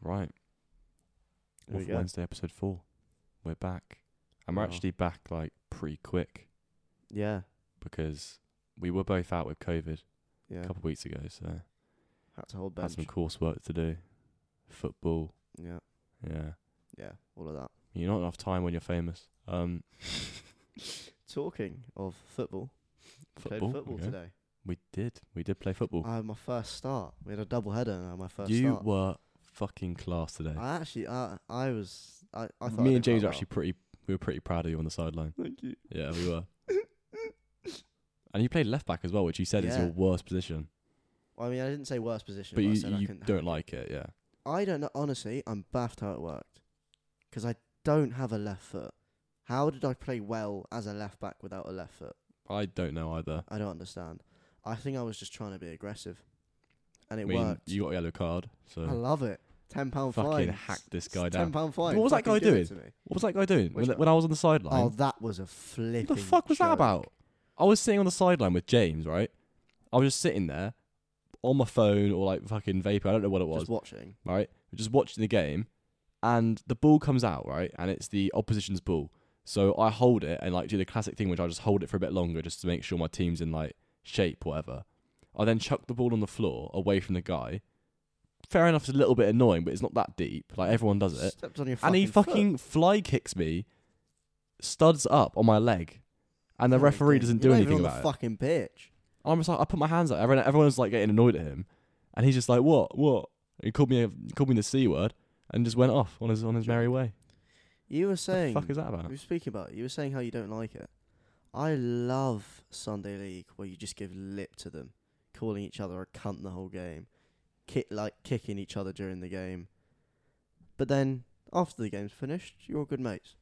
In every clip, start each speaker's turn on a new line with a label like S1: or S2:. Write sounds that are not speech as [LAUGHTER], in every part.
S1: Right.
S2: There we
S1: Waffle
S2: go.
S1: Wednesday episode four. We're back. And we're
S2: Wow.
S1: actually back like pretty quick
S2: Yeah.
S1: because we were both out with COVID a
S2: Yeah.
S1: couple of weeks ago, so
S2: Had to hold
S1: had
S2: bench.
S1: some coursework to do. Football.
S2: Yeah.
S1: Yeah.
S2: Yeah. All
S1: [LAUGHS]
S2: of that.
S1: You're not enough time when you're famous. Um
S2: Talking of football,
S1: football.
S2: played football
S1: okay.
S2: today.
S1: We did. We did play football.
S2: I had my first start. We had a double header and I had my first
S1: you
S2: start.
S1: were fucking class today.
S2: I actually, I, I was, I, I thought. I
S1: Me
S2: did
S1: and James
S2: quite
S1: were actually pretty we were pretty proud of you on the sideline.
S2: well. Thank you.
S1: Yeah, we
S2: [LAUGHS]
S1: were. and you played left back as well, which you said is
S2: Yeah.
S1: your worst position.
S2: I mean, I didn't say worst position,
S1: But
S2: but,
S1: you,
S2: I said I
S1: you
S2: couldn't.
S1: don't like it, yeah.
S2: I don't know. Honestly, I'm baffed how it worked, because I don't have a left foot. How did I play well as a left back without a left foot?
S1: I don't know either.
S2: I don't understand. I think I was just trying to be aggressive, and
S1: I
S2: it
S1: mean,
S2: worked.
S1: you got a yellow card,
S2: I
S1: so
S2: love it. Ten pound
S1: fucking
S2: fine.
S1: hack this guy
S2: Ten
S1: down.
S2: pound fine.
S1: What was that
S2: Fucking
S1: guy
S2: give it
S1: doing?
S2: to me.
S1: What was that guy doing when,
S2: Which guy?
S1: when I was on the sideline?
S2: Oh, that was a flipping.
S1: what the fuck was that
S2: joke.
S1: about? I was sitting on the sideline with James, right? I was just sitting there on my phone or like fucking vapor. I don't know what it was.
S2: Just watching.
S1: right? We're just watching the game, and the ball comes out, right? And it's the opposition's ball. So I hold it and like do the classic thing, which I just hold it for a bit longer just to make sure my team's in like shape, whatever. I then chuck the ball on the floor away from the guy. Fair enough, it's a little bit annoying, but it's not that deep. Like everyone does it.
S2: Stepped on your
S1: and he
S2: foot.
S1: fucking fly kicks me, studs up on my leg, and the
S2: No, he
S1: referee
S2: didn't.
S1: doesn't
S2: You're
S1: do
S2: not
S1: anything
S2: even on
S1: about it.
S2: the fucking pitch.
S1: I'm just like, I put my hands up. Everyone, everyone's like getting annoyed at him, and he's just like, "What? What?" He called me, a, he called me the c word, and just went off on his on his merry way.
S2: You were
S1: What
S2: saying
S1: the fuck is that about?
S2: We were speaking about it. You were saying how you don't like it. I love Sunday League where you just give lip to them, calling each other a cunt the whole game, kick like kicking each other during the game. But then after the game's finished, you're all good mates.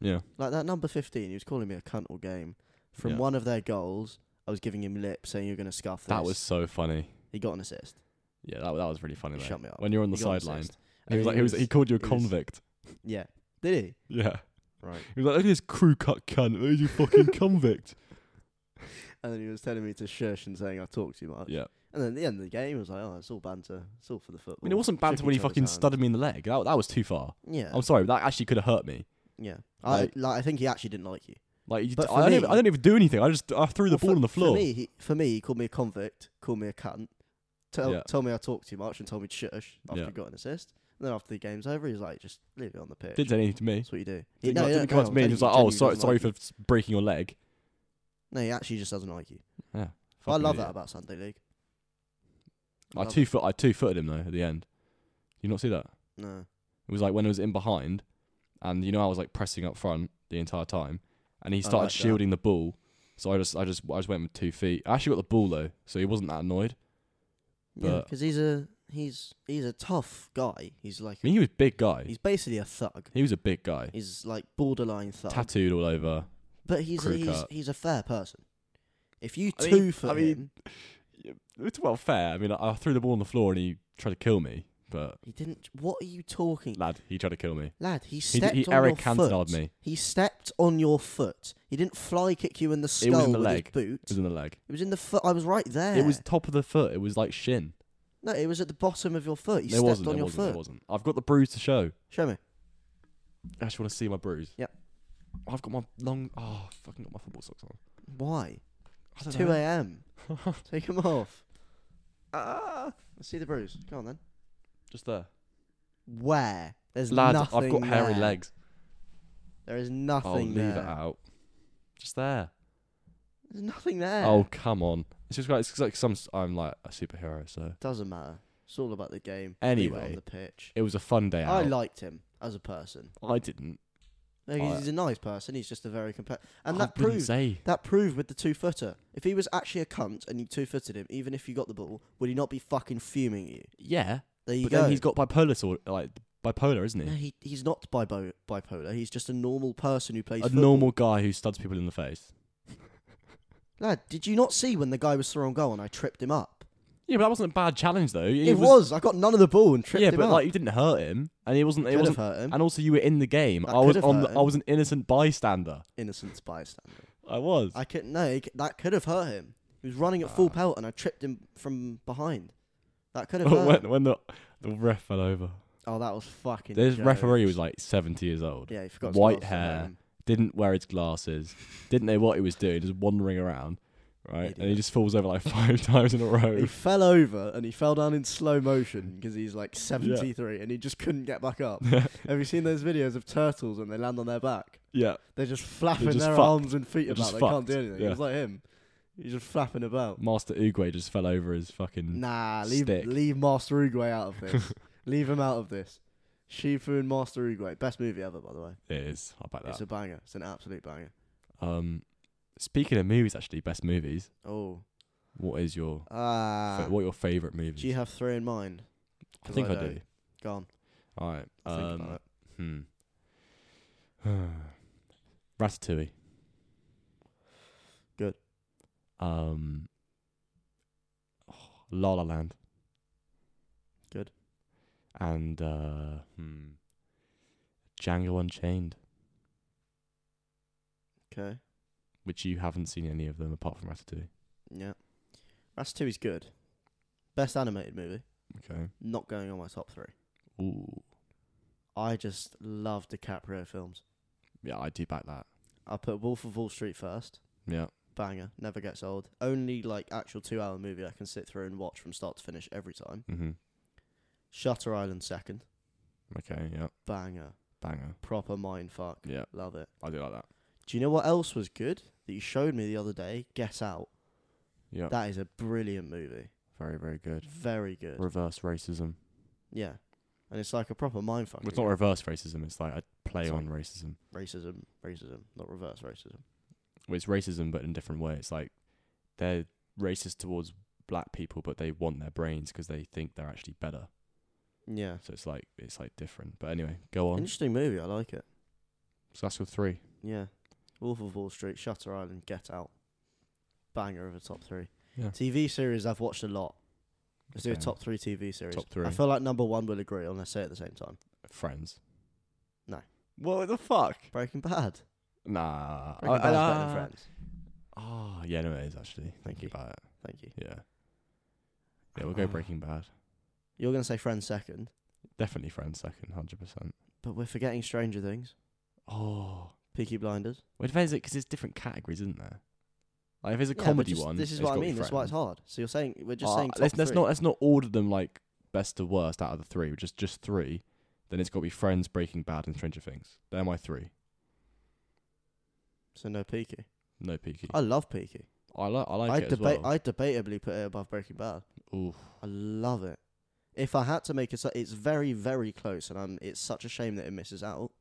S1: Yeah,
S2: Like that number fifteen, he was calling me a cunt all game. From
S1: Yeah.
S2: one of their goals, I was giving him lip, saying you're gonna scuff this.
S1: that was so funny.
S2: he got an assist.
S1: Yeah, that, that was really funny.
S2: He
S1: though.
S2: shut me up.
S1: When you're on the
S2: He got an
S1: sideline,
S2: assist.
S1: he was
S2: And
S1: like, he, was, he called you a
S2: he was- [LAUGHS]
S1: convict.
S2: yeah, did he?
S1: Yeah,
S2: Right.
S1: he was like, "Look at this crew cut cunt. Look at you fucking
S2: [LAUGHS]
S1: convict."
S2: And then he was telling me to shush and saying I talk too much.
S1: Yeah,
S2: And then at the end of the game, it was like, oh, it's all banter. It's all for the football.
S1: I mean, it wasn't bad
S2: Shook
S1: when he
S2: each other's
S1: fucking
S2: hands.
S1: studded me in the leg. That that was too far.
S2: Yeah.
S1: I'm sorry, but that actually could have hurt me.
S2: yeah. I,
S1: Like-
S2: like, I think he actually didn't like you.
S1: Like, you,
S2: But for
S1: I, don't even,
S2: me-
S1: I don't even do anything. I just I threw the
S2: Well, for-
S1: ball on the floor.
S2: For me, he, for me, he called me a convict, called me a cunt, tell,
S1: Yeah.
S2: told me I talk too much, and told me to shush after
S1: Yeah.
S2: he got an assist. And then after the game's over, he's like, just leave it on the pitch.
S1: Didn't say anything to me.
S2: That's what you do.
S1: He no, didn't come up to me and he was like, "Oh,
S2: genuinely
S1: sorry,
S2: doesn't
S1: sorry
S2: like
S1: for
S2: you.
S1: s- breaking your leg."
S2: No, he actually just doesn't like you.
S1: Yeah,
S2: But I love that about Sunday League.
S1: I
S2: love
S1: two foot, I two footed him though at the end. You not see that?
S2: it. No.
S1: It was like when I was in behind, and you know I was like pressing up front the entire time, and he started
S2: like that.
S1: shielding the ball. So I just, I just, I just went with two feet. I actually got the ball though, so he wasn't that annoyed.
S2: Yeah,
S1: But-
S2: because he's a he's he's a tough guy. He's like
S1: I mean, he was a big guy.
S2: he's basically a thug.
S1: He was a big guy,
S2: He's like borderline thug.
S1: tattooed all over.
S2: But he's
S1: crew
S2: he's,
S1: cut.
S2: he's a fair person. If you
S1: I
S2: two
S1: mean-
S2: for
S1: I mean-
S2: him,
S1: It's well fair. I mean, I, I threw the ball on the floor and he tried to kill me, but
S2: he didn't. What are you talking, lad?
S1: lad, he tried to kill me.
S2: he
S1: He,
S2: stepped
S1: did, he
S2: on
S1: Eric
S2: your
S1: Cantona
S2: foot.
S1: me.
S2: He stepped on your foot. He didn't fly kick you in the
S1: in
S2: skull
S1: the
S2: with
S1: leg.
S2: his boot.
S1: It was in the leg.
S2: It was in the foot. I was right there.
S1: It was top of the foot. It was like shin.
S2: no. It was at the bottom of your foot. He
S1: It
S2: stepped
S1: wasn't,
S2: on
S1: it
S2: your
S1: wasn't,
S2: foot.
S1: It wasn't. I've got the bruise to show.
S2: Show me.
S1: I actually want to see my bruise.
S2: Yep.
S1: I've got my long. Oh, fucking got my football socks on.
S2: Why?
S1: I don't
S2: Two
S1: know. [LAUGHS]
S2: a.m. Take him off. Ah, let's see the bruise. Go on then.
S1: Just there.
S2: Where? There's
S1: Lad,
S2: nothing.
S1: I've got hairy
S2: there.
S1: legs.
S2: There is
S1: Oh,
S2: nothing
S1: leave
S2: there.
S1: it out. Just there.
S2: There's nothing there.
S1: Oh, come on. It's just like, it's just like some. s- I'm like a superhero, so.
S2: Doesn't matter. It's all about the game.
S1: Anyway,
S2: Leave it on the pitch.
S1: It was a fun day
S2: I
S1: out.
S2: liked him as a person.
S1: I didn't.
S2: Like,
S1: I-
S2: he's a nice person. He's just a very compet. And
S1: I
S2: that
S1: didn't
S2: proved
S1: say.
S2: that proved with the two footer. If he was actually a cunt and you two footed him, even if you got the ball, would he not be fucking fuming at you?
S1: Yeah.
S2: There you
S1: but
S2: go.
S1: then he's got bipolar, sort like bipolar, isn't
S2: no,
S1: he?
S2: he he's not bipo- bipolar. He's just a normal person who plays
S1: a
S2: football.
S1: normal guy who studs people in the face.
S2: lad. Did you not see when the guy was thrown goal and I tripped him up?
S1: Yeah, but that wasn't a bad challenge though.
S2: It, was, I got none of the ball and tripped
S1: Yeah,
S2: him
S1: but
S2: up.
S1: like you didn't hurt him, and he wasn't. It
S2: Could
S1: wasn't
S2: have hurt him.
S1: And also, you were in the game.
S2: That
S1: I was
S2: could've
S1: on. The,
S2: hurt
S1: I
S2: him.
S1: was an innocent bystander.
S2: Innocent bystander.
S1: I was. [LAUGHS]
S2: I couldn't. No, he c- that could have hurt him. He was running at
S1: Ah. [LAUGHS]
S2: full pelt and I tripped him from behind. That could have hurt. him.
S1: when when the the ref fell over.
S2: Oh, that was fucking.
S1: This
S2: jokes.
S1: referee was like 70 years old.
S2: Yeah, he forgot.
S1: white
S2: to
S1: hair, Didn't wear his glasses. Didn't know what he was doing. Just wandering around, right? And he
S2: Idiot.
S1: just falls over like [LAUGHS] five times in a row.
S2: He fell over and he fell down in slow motion because he's like 73 and he just couldn't get
S1: [LAUGHS]
S2: back up. Have you seen those videos of turtles when they land on their back?
S1: yeah,
S2: They're just flapping
S1: just
S2: their
S1: fucked.
S2: arms and feet
S1: They're
S2: about.
S1: just
S2: They can't
S1: fucked.
S2: do anything.
S1: Yeah.
S2: It was like him. He's just flapping about.
S1: Master Uguay just fell over his fucking.
S2: Nah, leave
S1: Stick.
S2: leave Master Uruguay out
S1: [LAUGHS]
S2: of this. leave him out of this. Shifu and Master Uruguay, best movie ever, by the way.
S1: It is. I bet
S2: It's
S1: that.
S2: a banger. It's an absolute banger.
S1: um, speaking of movies, actually, best movies.
S2: Oh,
S1: What is your
S2: ah,
S1: fa- what are your favorite movies?
S2: do you have three in mind?
S1: I think I,
S2: I
S1: do.
S2: don't. Gone.
S1: All right.
S2: I'll think about
S1: Um,
S2: it.
S1: hmm. [SIGHS] Ratatouille.
S2: Good.
S1: Um. [SIGHS] oh, La La Land.
S2: Good.
S1: And uh, hmm, Django Unchained,
S2: Okay.
S1: which you haven't seen any of them apart from Ratatouille.
S2: Yeah. Ratatouille is good. Best animated movie.
S1: Okay.
S2: Not going on my top three.
S1: Ooh.
S2: I just love DiCaprio films.
S1: Yeah, I do back that.
S2: I put Wolf of Wall Street first.
S1: Yeah.
S2: Banger. Never gets old. Only like actual two hour movie I can sit through and watch from start to finish every time.
S1: Mhm.
S2: Shutter Island second.
S1: Okay. Yeah.
S2: Banger.
S1: Banger.
S2: Proper mind fuck.
S1: Yeah.
S2: Love it.
S1: I do like that.
S2: Do you know what else was good that you showed me the other day? Guess Out.
S1: Yeah.
S2: That is a brilliant movie.
S1: very very good.
S2: Very good.
S1: Reverse racism.
S2: yeah. And it's like a proper mind fuck.
S1: Well, it's not reverse racism. It's like I play
S2: It's like-
S1: on racism.
S2: racism, racism, not reverse racism.
S1: Well, it's racism, but in a different way. It's like they're racist towards black people, but they want their brains because they think they're actually better.
S2: Yeah.
S1: So it's like it's like different. But anyway, go on.
S2: Interesting movie. I like it.
S1: So that's your three.
S2: Yeah. Wolf of Wall Street, Shutter Island, Get Out. Banger of a top three.
S1: Yeah.
S2: TV series I've watched a lot. Let's do a
S1: Okay.
S2: top three TV series.
S1: Top three.
S2: I feel like number one will agree unless they say it at the same time.
S1: Friends.
S2: No.
S1: What the fuck?
S2: Breaking Bad.
S1: Nah.
S2: Breaking
S1: I-
S2: Bad's better
S1: ah.
S2: than Friends.
S1: Oh yeah, no, it is actually.
S2: Thank
S1: Thinking
S2: you.
S1: about it.
S2: Thank you.
S1: Yeah. Yeah, we'll go
S2: Ah.
S1: Breaking Bad.
S2: You're gonna say Friends second,
S1: Definitely Friends second, hundred percent.
S2: but we're forgetting Stranger Things,
S1: Oh.
S2: Peaky Blinders.
S1: What depends because there's different categories, isn't there? Like if it's a
S2: Yeah, but
S1: comedy
S2: just-
S1: one,
S2: This is
S1: it's
S2: what I
S1: gotta be
S2: mean. That's why it's
S1: Friends.
S2: hard. So you're saying we're just
S1: Uh,
S2: saying top
S1: let's, let's
S2: three.
S1: not let's not order them like best to worst out of the three, just just three. Then it's got to be Friends, Breaking Bad, and Stranger Things. They're my three.
S2: So no Peaky.
S1: No peaky.
S2: I love Peaky.
S1: I, like I like
S2: I
S1: it
S2: debate.
S1: as well.
S2: I debatably put it above Breaking Bad.
S1: Oof.
S2: I love it. If I had to make it, so it's very, very close, and I'm. It's such a shame that it misses out.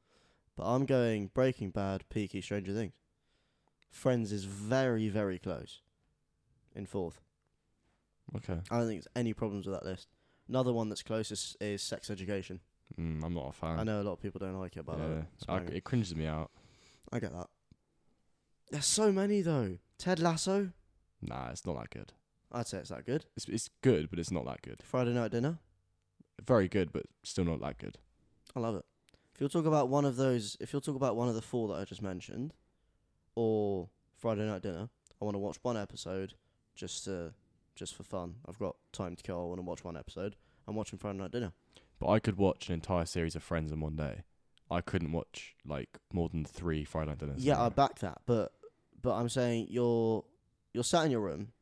S2: But I'm going Breaking Bad, Peaky, Stranger Things. Friends is very, very close. In fourth,
S1: Okay.
S2: I don't think there's any problems with that list. Another one that's close is, is Sex Education.
S1: Mm, I'm not a fan.
S2: I know a lot of people don't like it, but I love
S1: Yeah.
S2: it. It's
S1: I-
S2: banging.
S1: it cringes me out.
S2: I get that. There's so many though. Ted Lasso.
S1: Nah, it's not that good.
S2: I'd say it's that good.
S1: It's it's good, but it's not that good.
S2: Friday Night Dinner.
S1: Very good, but still not that good.
S2: I love it. If you'll talk about one of those, if you'll talk about one of the four that I just mentioned, or Friday Night Dinner, I want to watch one episode just to, just for fun. I've got time to kill. I want to watch one episode. I'm watching Friday Night Dinner.
S1: But I could watch an entire series of Friends in one day. I couldn't watch like more than three Friday Night Dinners. in
S2: yeah,
S1: a
S2: I
S1: row.
S2: back that, but but I'm saying you're you're sat in your room.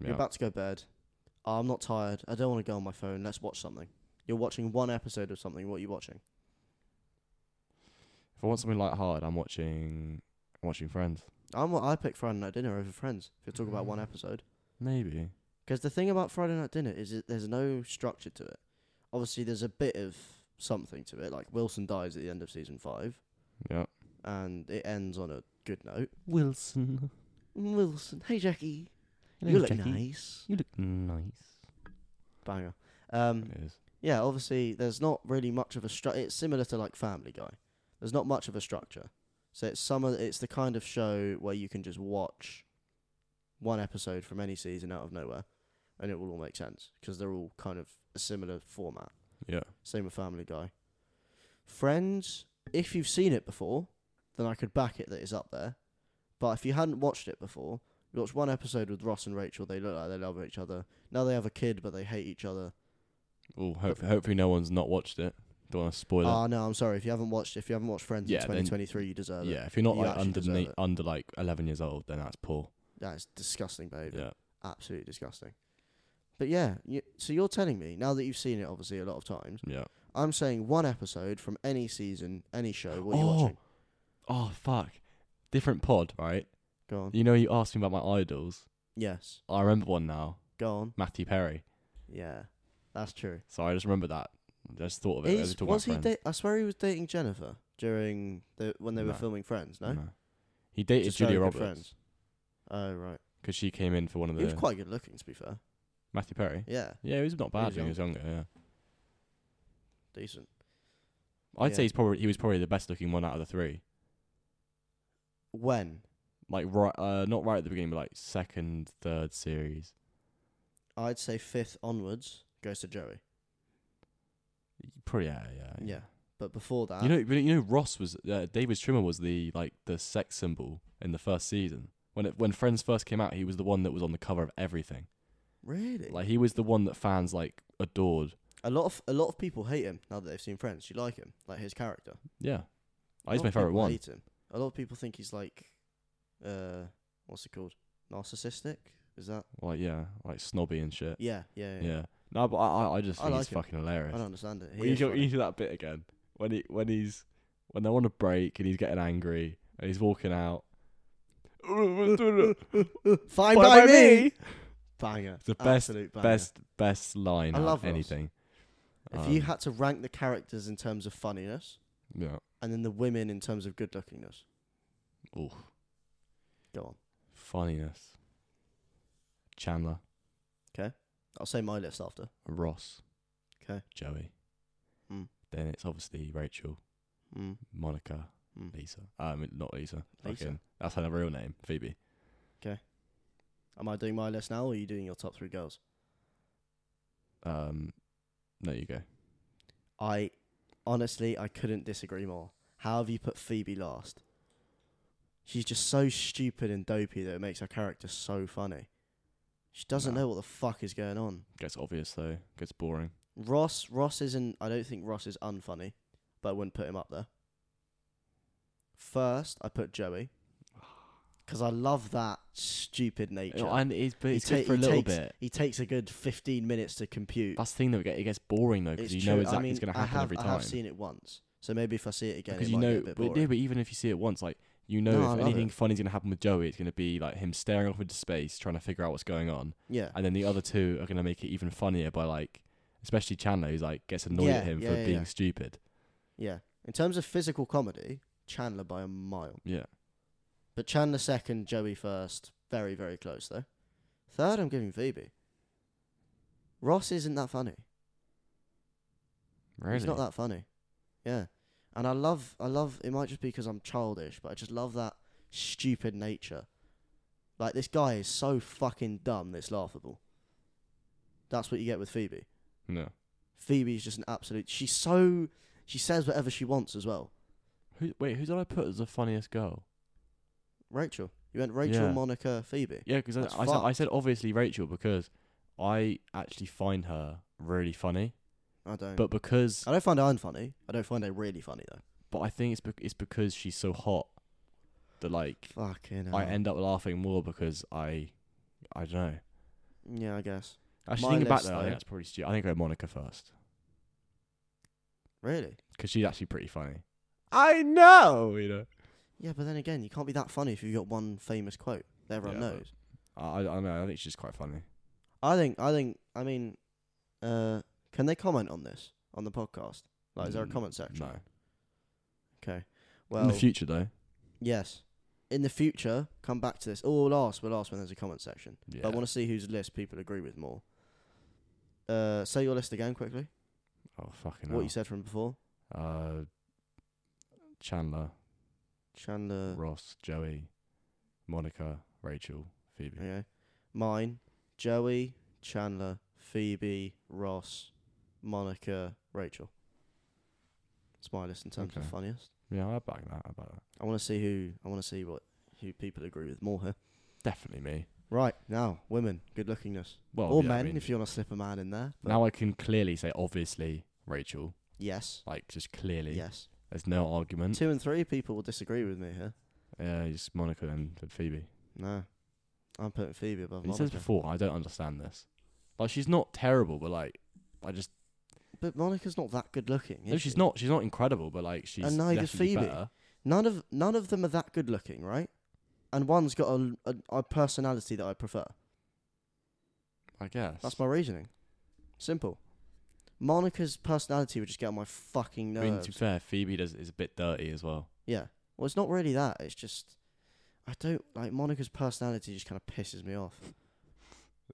S1: Yeah.
S2: You're about to go to bed. Oh, I'm not tired. I don't want to go on my phone. Let's watch something. You're watching one episode of something. What are you watching?
S1: If I want something light-hearted, I'm watching I'm watching Friends.
S2: I'm I pick Friday Night Dinner over Friends. If you're talking about one episode.
S1: Maybe.
S2: Because the thing about Friday Night Dinner is that there's no structure to it. Obviously, there's a bit of something to it. Like Wilson dies at the end of season five,
S1: Yeah.
S2: and it ends on a good note.
S1: Wilson.
S2: Wilson, hey Jackie, you look nice.
S1: You look nice.
S2: Banger. Um,
S1: It is.
S2: yeah, obviously, there's not really much of a structure. It's similar to like Family Guy. There's not much of a structure. So it's some of, it's the kind of show where you can just watch one episode from any season out of nowhere, and it will all make sense because they're all kind of a similar format.
S1: Yeah.
S2: Same with Family Guy. Friends, if you've seen it before, then I could back it that it's up there. But if you hadn't watched it before, you watched one episode with Ross and Rachel. They look like they love each other. Now they have a kid, but they hate each other.
S1: Well, hope, hopefully no one's not watched it. Don't want to spoil
S2: Ah, no, I'm sorry. If you haven't watched, if you haven't watched Friends
S1: Yeah,
S2: in
S1: then-
S2: 2023, you deserve
S1: it.
S2: it.
S1: Yeah, if you're not
S2: You
S1: like
S2: actually
S1: under
S2: deserve
S1: ne-
S2: it.
S1: under like 11 years old, then that's poor.
S2: That is disgusting, baby.
S1: Yeah.
S2: absolutely disgusting. But yeah, you, so you're telling me now that you've seen it obviously a lot of times.
S1: Yeah.
S2: I'm saying one episode from any season, any show. What are you
S1: Oh.
S2: watching?
S1: Oh fuck. Different pod, right?
S2: Go on.
S1: You know you asked me about my idols.
S2: Yes.
S1: I remember one now,
S2: Go on.
S1: Matty Perry.
S2: Yeah, that's true.
S1: So I just remember that. I just thought of it. as we
S2: He's,
S1: talked about
S2: was he?
S1: Friends.
S2: Da- I swear he was dating Jennifer during the when they were
S1: No.
S2: filming Friends. No,
S1: He dated
S2: Just
S1: Julia
S2: very
S1: Roberts
S2: good friends. Oh right,
S1: because she came in for one of
S2: he was
S1: the
S2: quite good looking. To be fair,
S1: Matthew Perry.
S2: yeah,
S1: Yeah, he was not bad
S2: was
S1: when he was younger. Yeah,
S2: decent.
S1: I'd
S2: Yeah.
S1: say he's probably he was probably the best looking one out of the three.
S2: When
S1: Like right, uh, not right at the beginning, but like second, third series.
S2: I'd say fifth onwards goes to Joey,
S1: Probably yeah, yeah.
S2: Yeah. but before that,
S1: You know, but you know, Ross was uh, David Trimmer was the like the sex symbol in the first season when it, when Friends first came out. He was the one that was on the cover of everything.
S2: really,
S1: Like he was the one that fans like adored.
S2: a lot of a lot of people hate him now that they've seen Friends. You like him, like his character.
S1: Yeah,
S2: A
S1: he's
S2: lot
S1: my
S2: of
S1: favorite
S2: people
S1: one.
S2: Hate him. A lot of people think he's like, uh, what's it called? Narcissistic? Is that?
S1: Like yeah, like snobby and shit.
S2: Yeah, yeah, yeah.
S1: Yeah. No, but I, I- I just
S2: I
S1: think he's
S2: like him.
S1: fucking
S2: I
S1: hilarious.
S2: don't understand it. He
S1: Well, you
S2: is
S1: go
S2: funny.
S1: into that bit again when he when he's when they're on a break and he's getting angry and he's walking
S2: [LAUGHS]
S1: out.
S2: Fine
S1: Fine
S2: by, me. Banger.
S1: It's the best,
S2: Absolute banger.
S1: best, best line.
S2: I
S1: out of
S2: love Ross.
S1: anything.
S2: If you
S1: Um,
S2: had to rank the characters in terms of funniness,
S1: yeah,
S2: and then the women in terms of good lookingness,
S1: Oof.
S2: go on.
S1: funniness. Chandler,
S2: I'll say my list after.
S1: Ross,
S2: Okay.
S1: Joey.
S2: Mm.
S1: Then it's obviously Rachel,
S2: Mm.
S1: Monica,
S2: Mm.
S1: Lisa. Um, not Lisa.
S2: Lisa.
S1: Fucking- that's her real name, Phoebe.
S2: Am I doing my list now, or are you doing your top three girls?
S1: Um, there you go.
S2: I honestly, I couldn't disagree more. How have you put Phoebe last? She's just so stupid and dopey that it makes her character so funny. She doesn't
S1: Nah.
S2: know what the fuck is going on.
S1: Gets obvious though. Gets boring.
S2: Ross, Ross isn't. I don't think Ross is unfunny, but I wouldn't put him up there. First, I
S1: [SIGHS]
S2: put Joey because I love that stupid nature.
S1: Oh, and it's, but
S2: He
S1: it's good
S2: ta-
S1: for a
S2: he
S1: little
S2: takes-
S1: bit.
S2: he takes a good fifteen minutes to compute.
S1: That's the thing that we get, it gets boring though because
S2: It's
S1: you
S2: true.
S1: know exactly
S2: I mean,
S1: it's going to
S2: I
S1: happen
S2: have,
S1: every
S2: I
S1: time.
S2: have seen it once, so maybe if I see it again,
S1: because
S2: it
S1: you
S2: might
S1: know,
S2: get a bit
S1: but,
S2: boring.
S1: yeah, but even if you see it once, like you know,
S2: No, I
S1: if
S2: love
S1: anything
S2: it.
S1: funny's going to happen with Joey, it's going to be like him staring off into space trying to figure out what's going on,
S2: yeah.
S1: and then the other two are going to make it even funnier by like, especially Chandler, who's like gets annoyed
S2: Yeah,
S1: at him
S2: yeah,
S1: for
S2: yeah,
S1: being
S2: yeah.
S1: stupid.
S2: Yeah. In terms of physical comedy, Chandler by a mile.
S1: Yeah,
S2: But Chandler second, Joey first. Very, very close though. Third, I'm giving Phoebe. Ross isn't that funny.
S1: really.
S2: He's not that funny. Yeah. And I love, I love. It might just be because I'm childish, but I just love that stupid nature. Like this guy is so fucking dumb. That's laughable. That's what you get with Phoebe.
S1: No,
S2: Phoebe's just an absolute. She's so. She says whatever she wants as well.
S1: who, wait, who did I put as the funniest girl?
S2: Rachel. You went Rachel,
S1: Yeah.
S2: Monica, Phoebe.
S1: Yeah, because I,
S2: That's
S1: I, said- I
S2: fucked.
S1: said obviously Rachel because I actually find her really funny,
S2: I don't.
S1: but because
S2: I don't find it unfunny. I don't find it really funny though.
S1: But I think it's bec- it's because she's so hot that like
S2: Fucking.
S1: I
S2: hell.
S1: end up laughing more because I I don't know.
S2: Yeah, I guess.
S1: Actually,
S2: My
S1: thinking back
S2: list,
S1: though, I
S2: though-
S1: think that's probably stupid. I think I go Monica first
S2: Really?
S1: because she's actually pretty funny. I know, you know.
S2: Yeah, but then again, you can't be that funny if you've got one famous quote that everyone
S1: Yeah, but-
S2: knows.
S1: I I don't know. I think she's quite funny.
S2: I think. I think. I mean, uh, can they comment on this on the podcast? Like, is there a
S1: Mm,
S2: comment section?
S1: No.
S2: Okay. Well,
S1: In the future though,
S2: yes. In the future, come back to this. Oh, we'll ask. We'll ask when there's a comment section.
S1: yeah.
S2: But I want to see whose list people agree with more. Uh, say your list again quickly.
S1: oh fucking
S2: What
S1: hell.
S2: you said from before.
S1: Uh, Chandler,
S2: Chandler.
S1: Ross, Joey, Monica, Rachel, Phoebe.
S2: Okay. Mine, Joey, Chandler, Phoebe, Ross, Monica, Rachel. It's my list in terms
S1: Okay.
S2: of funniest.
S1: Yeah, I back that. I back that.
S2: I want to see who I want to see what who people agree with more here.
S1: Definitely me.
S2: Right now, women, good lookingness,
S1: Well,
S2: or
S1: Oh, yeah, I
S2: men
S1: mean,
S2: if you want to slip a man in there. but
S1: Now I can clearly say, obviously, Rachel.
S2: Yes.
S1: Like just clearly,
S2: Yes.
S1: there's no argument.
S2: Two and three people will disagree with me here.
S1: Yeah, it's Monica and Phoebe.
S2: No. I'm putting Phoebe above
S1: He says
S2: Monica.
S1: before, I don't understand this. Like she's not terrible, but like I just
S2: But Monica's not that good looking.
S1: no,
S2: is
S1: she's
S2: she?
S1: not. She's not incredible, but like she's
S2: And neither's
S1: definitely
S2: Phoebe.
S1: better.
S2: None of none of them are that good looking, right? And one's got a, a, a personality that I prefer.
S1: I guess.
S2: That's my reasoning. Simple. Monica's personality would just get on my fucking
S1: I
S2: nerves.
S1: mean, to be fair, Phoebe does is a bit dirty as well.
S2: Yeah. Well, it's not really that. It's just I don't like Monica's personality. Just kind of pisses me off.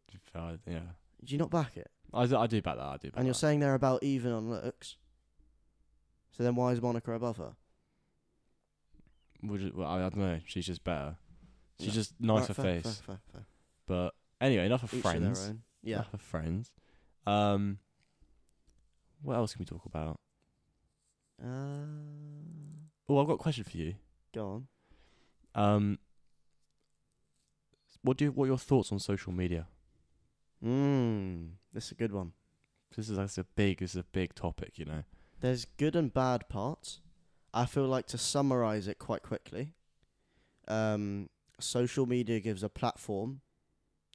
S1: To be fair, yeah,
S2: Do you not back it?
S1: I, do- I do back that. I do. Back
S2: And you're
S1: that.
S2: saying they're about even on looks. So then why is Monica above her?
S1: Would you- well, I, I don't know. She's just better. She's
S2: No.
S1: just nicer
S2: Alright, fair,
S1: face.
S2: Fair, fair, fair.
S1: But anyway, enough of
S2: Each to their
S1: friends.
S2: own. Yeah.
S1: Enough of friends. Um, what else can we talk about? Ah.
S2: Uh,
S1: Oh, I've got a question for you.
S2: go on.
S1: Um, what do you, what are your thoughts on social media?
S2: Mmm. This is a good one.
S1: This is that's a big this is a big topic, you know.
S2: There's good and bad parts. I feel like to summarize it quite quickly, um, social media gives a platform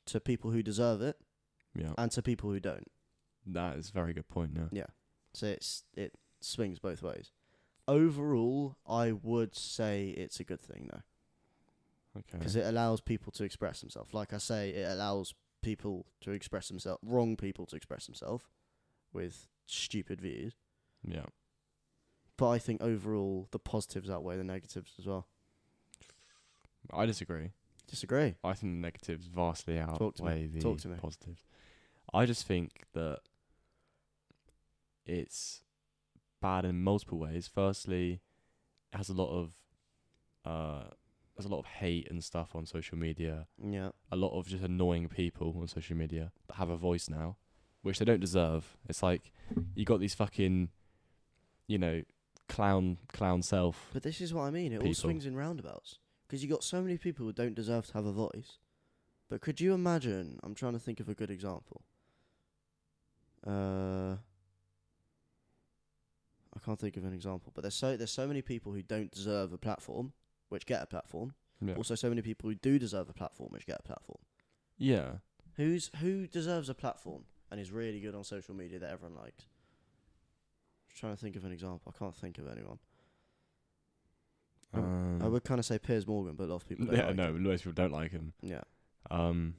S2: to people who deserve it
S1: Yeah,
S2: and to people who don't.
S1: that is a very good point. Yeah,
S2: So it's it swings both ways. Overall, I would say it's a good thing though,
S1: okay.
S2: because it allows people to express themselves. Like I say, it allows people to express themselves, wrong people to express themselves with stupid views.
S1: Yeah,
S2: But I think overall, the positives outweigh the negatives as well.
S1: I disagree.
S2: Disagree.
S1: I think the negatives vastly
S2: Talk to me.
S1: outweigh the
S2: Talk to me.
S1: positives. I just think that it's bad in multiple ways. Firstly, it has a lot of uh, there's a lot of hate and stuff on social media.
S2: Yeah.
S1: a lot of just annoying people on social media that have a voice now, which they don't deserve. It's like you got these fucking, you know, clown clown self.
S2: But this is what I mean. It all
S1: People.
S2: swings in roundabouts. Because you got so many people who don't deserve to have a voice. But could you imagine? I'm trying to think of a good example. Uh, I can't think of an example. But there's so there's so many people who don't deserve a platform, which get a platform.
S1: Yeah.
S2: Also, so many people who do deserve a platform, which get a platform.
S1: yeah,
S2: Who's who deserves a platform and is really good on social media that everyone likes? Just trying to think of an example. I can't think of anyone.
S1: um,
S2: I would kind of say Piers Morgan, but a lot of people
S1: [LAUGHS]
S2: don't.
S1: yeah,
S2: like
S1: no,
S2: him.
S1: most people don't like him.
S2: Yeah.
S1: Um,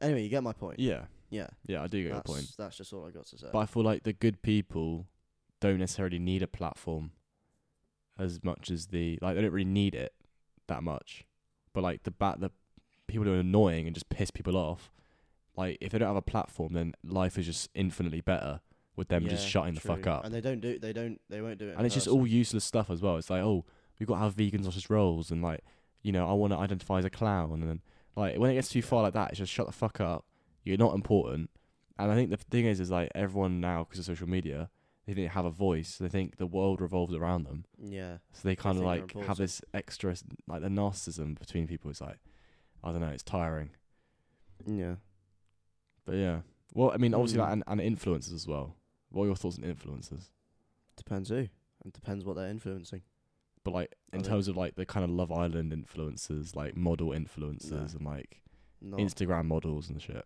S2: Anyway, you get my point.
S1: yeah,
S2: Yeah.
S1: yeah, I do get
S2: that's,
S1: your point,
S2: that's just all I got to say.
S1: but I feel like the good people don't necessarily need a platform as much as the like they don't really need it that much, but like the bat the people who are annoying and just piss people off. Like if they don't have a platform, then life is just infinitely better with them just
S2: Yeah,
S1: shutting the fuck
S2: true.
S1: up.
S2: And they don't do. They don't. They won't do it. in
S1: and it's just
S2: person.
S1: all useless stuff as well. It's like, oh, we've got to have vegan sausage rolls, and like, you know, I want to identify as a clown, and then like when it gets too far like that, it's just shut the fuck up. You're not important. And I think the thing is, is like everyone now because of social media, they didn't have a voice. They think the world revolves around them,
S2: Yeah.
S1: so they kind of
S2: think they're
S1: like have
S2: important.
S1: this extra like the narcissism between people. It's like, I don't know, it's tiring.
S2: Yeah.
S1: But yeah, well, I mean, obviously,
S2: Hmm.
S1: like, and, and influencers as well. What are your thoughts on influencers?
S2: Depends who. And depends what they're influencing.
S1: But like in
S2: I think-
S1: terms of like the kind of Love Island influencers, like model influencers and like
S2: No.
S1: Instagram models and shit.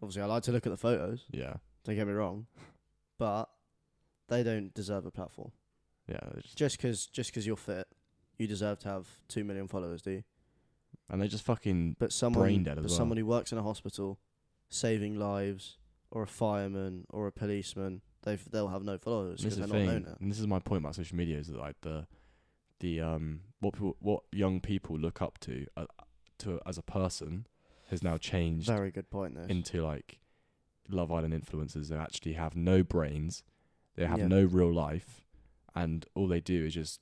S2: Obviously, I like to look at the photos.
S1: Yeah,
S2: Don't get me wrong, but they don't deserve a platform.
S1: yeah. They just,
S2: Just because just because you're fit, you deserve to have two million followers, do you?
S1: and they just fucking
S2: But someone,
S1: Brain dead as
S2: but
S1: well.
S2: someone who works in a hospital, saving lives, or a fireman or a policeman, they have they'll have no followers
S1: and this
S2: because
S1: is
S2: they're
S1: the
S2: not known.
S1: thing.
S2: it.
S1: And this is my point about social media is that like the the um what people what young people look up to uh, to as a person has now changed
S2: Very good point. This
S1: into like Love Island influencers that actually have no brains, they have
S2: Yeah.
S1: no real life, and all they do is just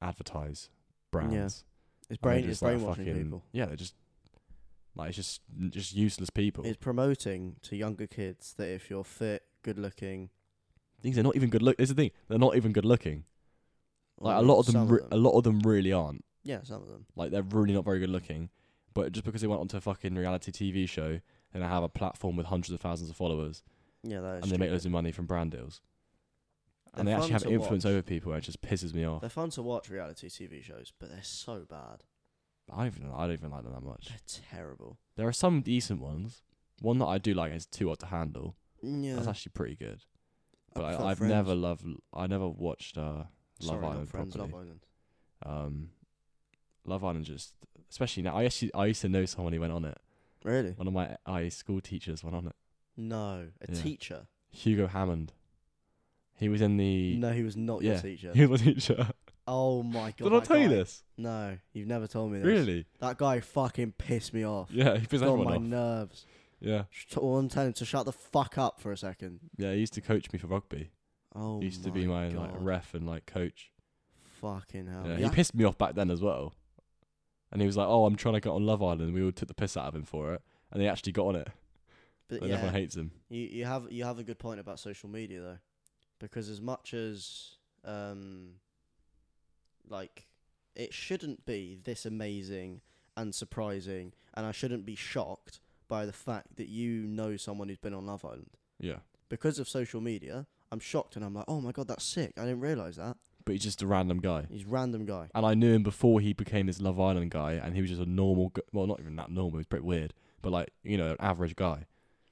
S1: advertise brands.
S2: it's
S1: And they're
S2: brain it's
S1: just, like,
S2: brainwashing
S1: fucking-
S2: people.
S1: Yeah, they're just like it's just just useless people.
S2: It's promoting to younger kids that if you're fit, good looking,
S1: Things they're not even good look. This is the thing. They're not even good looking.
S2: or
S1: Like a lot of them,
S2: some
S1: re- a lot of them really aren't.
S2: yeah, some of them.
S1: Like they're really not very good looking. But just because they went onto a fucking reality TV show and they have a platform with hundreds of thousands of followers
S2: Yeah, that is
S1: and they make
S2: stupid.
S1: loads of money from brand deals. and they
S2: They're
S1: actually
S2: fun
S1: have
S2: to
S1: influence
S2: watch.
S1: over people, and it just pisses me off.
S2: They're fun to watch reality TV shows, but they're so bad.
S1: I don't even I don't even like them that much.
S2: They're terrible.
S1: There are some decent ones. One that I do like is Too Hot to Handle.
S2: Yeah.
S1: That's actually pretty good. But
S2: prefer
S1: I, I've
S2: Friends.
S1: never loved. I never watched uh, Love
S2: Sorry, not
S1: Island
S2: Friends,
S1: properly.
S2: Love Island.
S1: Um, Love Island just, especially now. I actually I used to know someone who went on it.
S2: Really?
S1: One of my I school teachers went on it.
S2: No, a
S1: Yeah.
S2: teacher.
S1: Hugo Hammond. He was in the.
S2: No, he was not your
S1: yeah.
S2: teacher.
S1: He was a teacher.
S2: Oh my god.
S1: [LAUGHS] Did I
S2: that
S1: tell you
S2: guy-
S1: this?
S2: No, you've never told me this.
S1: Really?
S2: That guy fucking pissed me off.
S1: Yeah, he pissed
S2: Got on
S1: everyone
S2: my
S1: off.
S2: nerves.
S1: Yeah,
S2: Sh- All I'm telling him to shut the fuck up for a second.
S1: yeah. He used to coach me for rugby.
S2: Oh,
S1: He used to be my like
S2: God.
S1: ref and like coach.
S2: Fucking hell.
S1: yeah,
S2: Yeah,
S1: he pissed me off back then as well. And he was like, "Oh, I'm trying to get on Love Island." We all took the piss out of him for it, and he actually got on it.
S2: but
S1: And
S2: yeah,
S1: everyone hates him.
S2: You you have you have a good point about social media though, because as much as um, like it shouldn't be this amazing and surprising, and I shouldn't be shocked by the fact that you know someone who's been on Love Island
S1: Yeah,
S2: because of social media. I'm shocked and I'm like, oh my god, that's sick. I didn't realize that.
S1: but he's just a random guy.
S2: He's random guy.
S1: And I knew him before he became this Love Island guy, and he was just a normal, gu- well, not even that normal. He was pretty weird, but like you know, an average guy,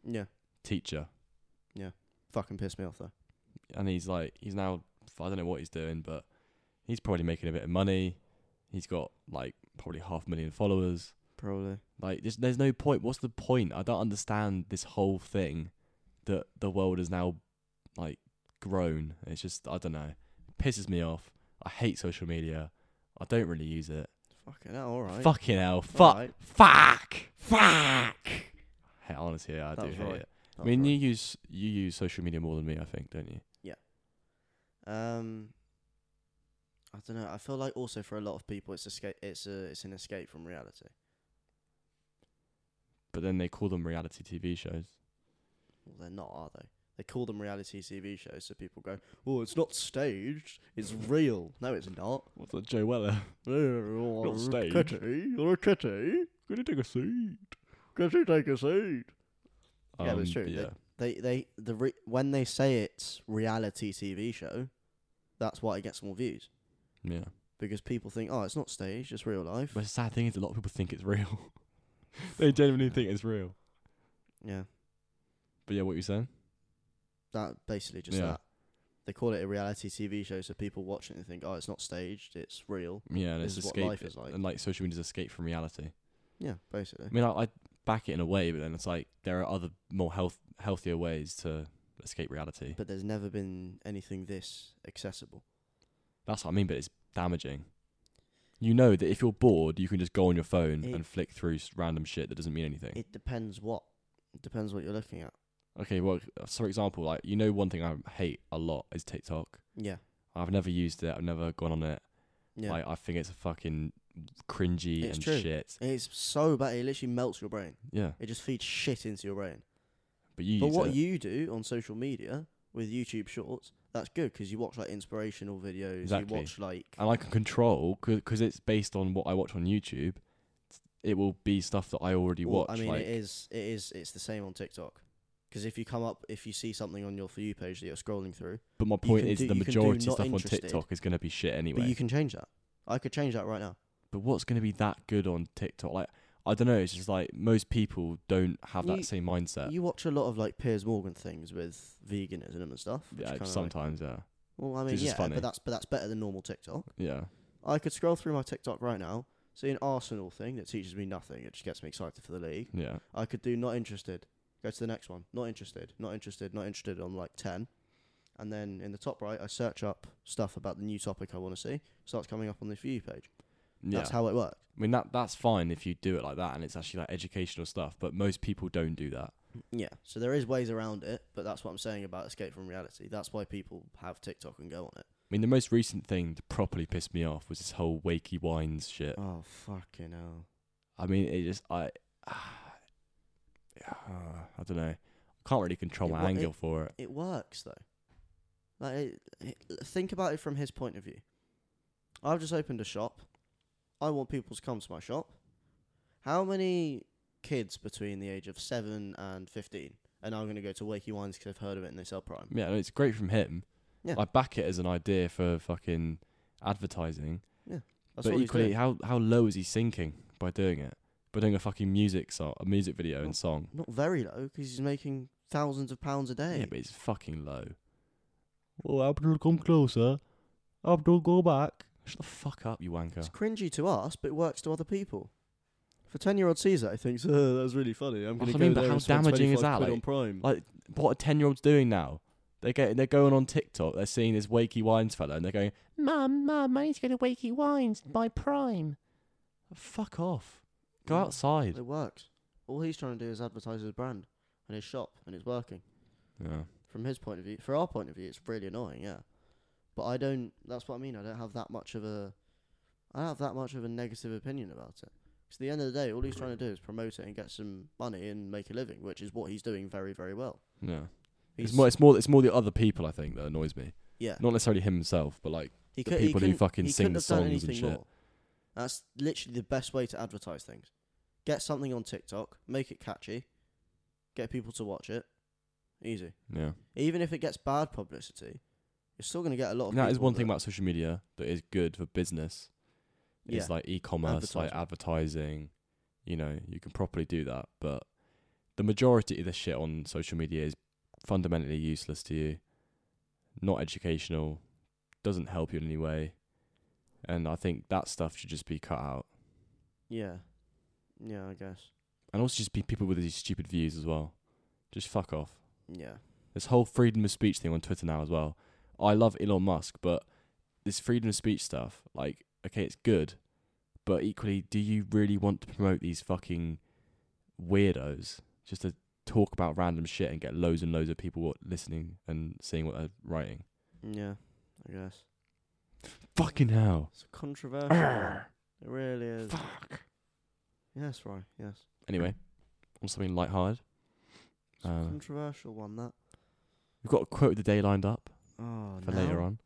S2: Yeah,
S1: teacher.
S2: fucking pissed me off though.
S1: And he's like, he's now, I don't know what he's doing, but he's probably making a bit of money. He's got like probably half a million followers.
S2: Probably.
S1: Like, there's, there's no point. What's the point? I don't understand this whole thing that the world has now, like, grown. It's just, I don't know. It pisses me off. I hate social media. I don't really use it.
S2: Fucking hell. All right.
S1: Fucking hell. Fuck.
S2: right.
S1: Fuck. Fuck. Hey, honestly, yeah, I
S2: That
S1: do
S2: was
S1: hate
S2: right.
S1: it. I
S2: That's
S1: mean,
S2: right.
S1: you use you use social media more than me, I think, don't you?
S2: Um, I don't know. I feel like also for a lot of people, it's escape. It's a. It's an escape from reality.
S1: But then they call them reality TV shows.
S2: Well, they're not, are they? They call them reality TV shows, so people go, "Oh, it's not staged.
S1: [LAUGHS]
S2: It's real." No, it's not.
S1: What's that, Joe
S2: [LAUGHS]
S1: Weller?
S2: not
S1: staged.
S2: Kitty, you're a kitty.
S1: Gonna take a seat.
S2: Kitty, take a seat.
S1: Um,
S2: Yeah, but it's true,
S1: Yeah.
S2: They, they, the re- when they say it's reality TV show, that's why it gets more views
S1: yeah.
S2: because people think, "Oh, it's not staged. It's real life."
S1: But the sad thing is, a lot of people think it's real. [LAUGHS] they genuinely think it's real.
S2: yeah.
S1: But yeah, what you saying?
S2: that basically just
S1: Yeah.
S2: that. They call it a reality TV show, so people watch it and think, "Oh, it's not staged; it's real."
S1: Yeah, and
S2: This
S1: it's
S2: is what
S1: escape.
S2: life is like.
S1: And like social media's escape from reality.
S2: Yeah, basically.
S1: I mean, I, I back it in a way, but then it's like there are other more health healthier ways to escape reality.
S2: But there's never been anything this accessible.
S1: That's what I mean, but it's damaging. You know that if you're bored, you can just go on your phone
S2: It-
S1: and flick through s- random shit that doesn't mean anything.
S2: It depends what. It depends what you're looking at.
S1: okay, well, so for example, like you know, one thing I hate a lot is TikTok.
S2: Yeah,
S1: I've never used it. I've never gone on it.
S2: yeah.
S1: Like I think it's a fucking cringy
S2: It's
S1: and
S2: true.
S1: shit.
S2: it's so bad; it literally melts your brain.
S1: Yeah,
S2: It just feeds shit into your brain.
S1: but you.
S2: but
S1: use
S2: what
S1: it.
S2: you do on social media with YouTube Shorts, that's good because you watch like inspirational videos.
S1: Exactly.
S2: You watch like
S1: and I can control because it's based on what I watch on YouTube. It will be stuff that I already
S2: Well,
S1: watch.
S2: I mean,
S1: like,
S2: it is, it is, it's the same on TikTok. Because if you come up, if you see something on your for you page that you're scrolling through,
S1: but my
S2: you
S1: point
S2: can
S1: is,
S2: do-
S1: the
S2: you can do
S1: majority
S2: not
S1: of stuff on
S2: interested,
S1: TikTok is going to be shit anyway.
S2: but you can change that. I could change that right now.
S1: but what's going to be that good on TikTok? Like, I don't know. It's just like most people don't have that
S2: You-
S1: same mindset.
S2: You watch a lot of like Piers Morgan things with veganism and stuff. which is
S1: yeah,
S2: kinda like-
S1: sometimes.
S2: well, I mean,
S1: it's just
S2: yeah,
S1: funny.
S2: but that's but that's better than normal TikTok.
S1: yeah, yeah.
S2: I could scroll through my TikTok right now, see an Arsenal thing that teaches me nothing. It just gets me excited for the league.
S1: Yeah,
S2: I could do not interested. Go to the next one. Not interested. Not interested. Not interested on like 10. And then in the top right, I search up stuff about the new topic I want to see. Starts coming up on the For You page.
S1: yeah.
S2: That's how it works.
S1: I mean that that's fine if you do it like that, and it's actually like educational stuff. But most people don't do that.
S2: Yeah. So there is ways around it, but that's what I'm saying about escape from reality. That's why people have TikTok and go on it.
S1: I mean, the most recent thing to properly piss me off was this whole wakey wines shit.
S2: Oh, fucking hell.
S1: I mean, it just I, [SIGHS] I don't know. I can't really control
S2: It
S1: my
S2: wa-
S1: angle for it.
S2: It works, though. Like, it, it, think about it from his point of view. I've just opened a shop. I want people to come to my shop. How many kids between the age of 7 and 15 are now going to go to Wakey Wines because they've heard of it and they sell Prime?
S1: Yeah, no, it's great from him,
S2: Yeah.
S1: I back it as an idea for fucking advertising.
S2: That's
S1: but
S2: what he's
S1: equally,
S2: doing.
S1: how how low is he sinking by doing it? By doing a fucking music song, a music video
S2: Well,
S1: and song.
S2: not very low because he's making thousands of pounds a day.
S1: Yeah, but it's fucking low. Well, Abdul, come closer. Abdul, go back. Shut the fuck up, you wanker.
S2: It's cringy to us, but it works to other people. For ten-year-old Caesar, he thinks, [LAUGHS] oh, that was really funny. I'm
S1: That's what
S2: going
S1: I
S2: to
S1: mean,
S2: go
S1: but
S2: there
S1: how
S2: and spend
S1: damaging is
S2: 25
S1: that,
S2: quid
S1: like-
S2: on Prime.
S1: Like what a ten year old's doing now. They get they're going on TikTok. They're seeing this Wakey Wines fella, and they're going, "Mum, mum, I need to go to Wakey Wines by Prime." Fuck off. Go
S2: Yeah.
S1: outside.
S2: It works. All he's trying to do is advertise his brand and his shop, and it's working.
S1: Yeah.
S2: From his point of view, for our point of view, it's really annoying, yeah. But I don't. That's what I mean. I don't have that much of a. I don't have that much of a negative opinion about it. 'Cause at the end of the day, all he's trying to do is promote it and get some money and make a living, which is what he's doing very, very well.
S1: Yeah.
S2: He's
S1: It's more it's more it's more the other people I think that annoys me.
S2: yeah.
S1: Not necessarily him himself, but like
S2: He
S1: the
S2: could, he
S1: people who
S2: couldn't-
S1: fucking
S2: he
S1: sing
S2: couldn't
S1: the
S2: have done
S1: songs and
S2: anything
S1: shit.
S2: more. That's literally the best way to advertise things. Get something on TikTok, make it catchy, get people to watch it. Easy.
S1: yeah.
S2: Even if it gets bad publicity, you're still going to get a lot of.
S1: That is
S2: people
S1: one thing about social media that is good for business.
S2: yeah.
S1: Is like e-commerce, like advertising. You know, you can properly do that, but the majority of the shit on social media is fundamentally useless to you. Not educational, doesn't help you in any way, and I think that stuff should just be cut out.
S2: yeah, yeah, I guess.
S1: And also just be people with these stupid views as well. Just fuck off.
S2: Yeah,
S1: this whole freedom of speech thing on Twitter now as well. I love Elon Musk, but this freedom of speech stuff, like, okay, it's good, but equally, do you really want to promote these fucking weirdos just to talk about random shit and get loads and loads of people wa- listening and seeing what they're writing?
S2: yeah, I guess.
S1: Fucking hell.
S2: It's a controversial.
S1: [CLEARS THROAT]
S2: one.
S1: Arr,
S2: It really is.
S1: fuck.
S2: Yes, right. Yes,
S1: Anyway, on something lighthearted,
S2: it's a
S1: Uh,
S2: controversial one that.
S1: we've got a quote of the day lined up
S2: Oh,
S1: for
S2: now?
S1: later on.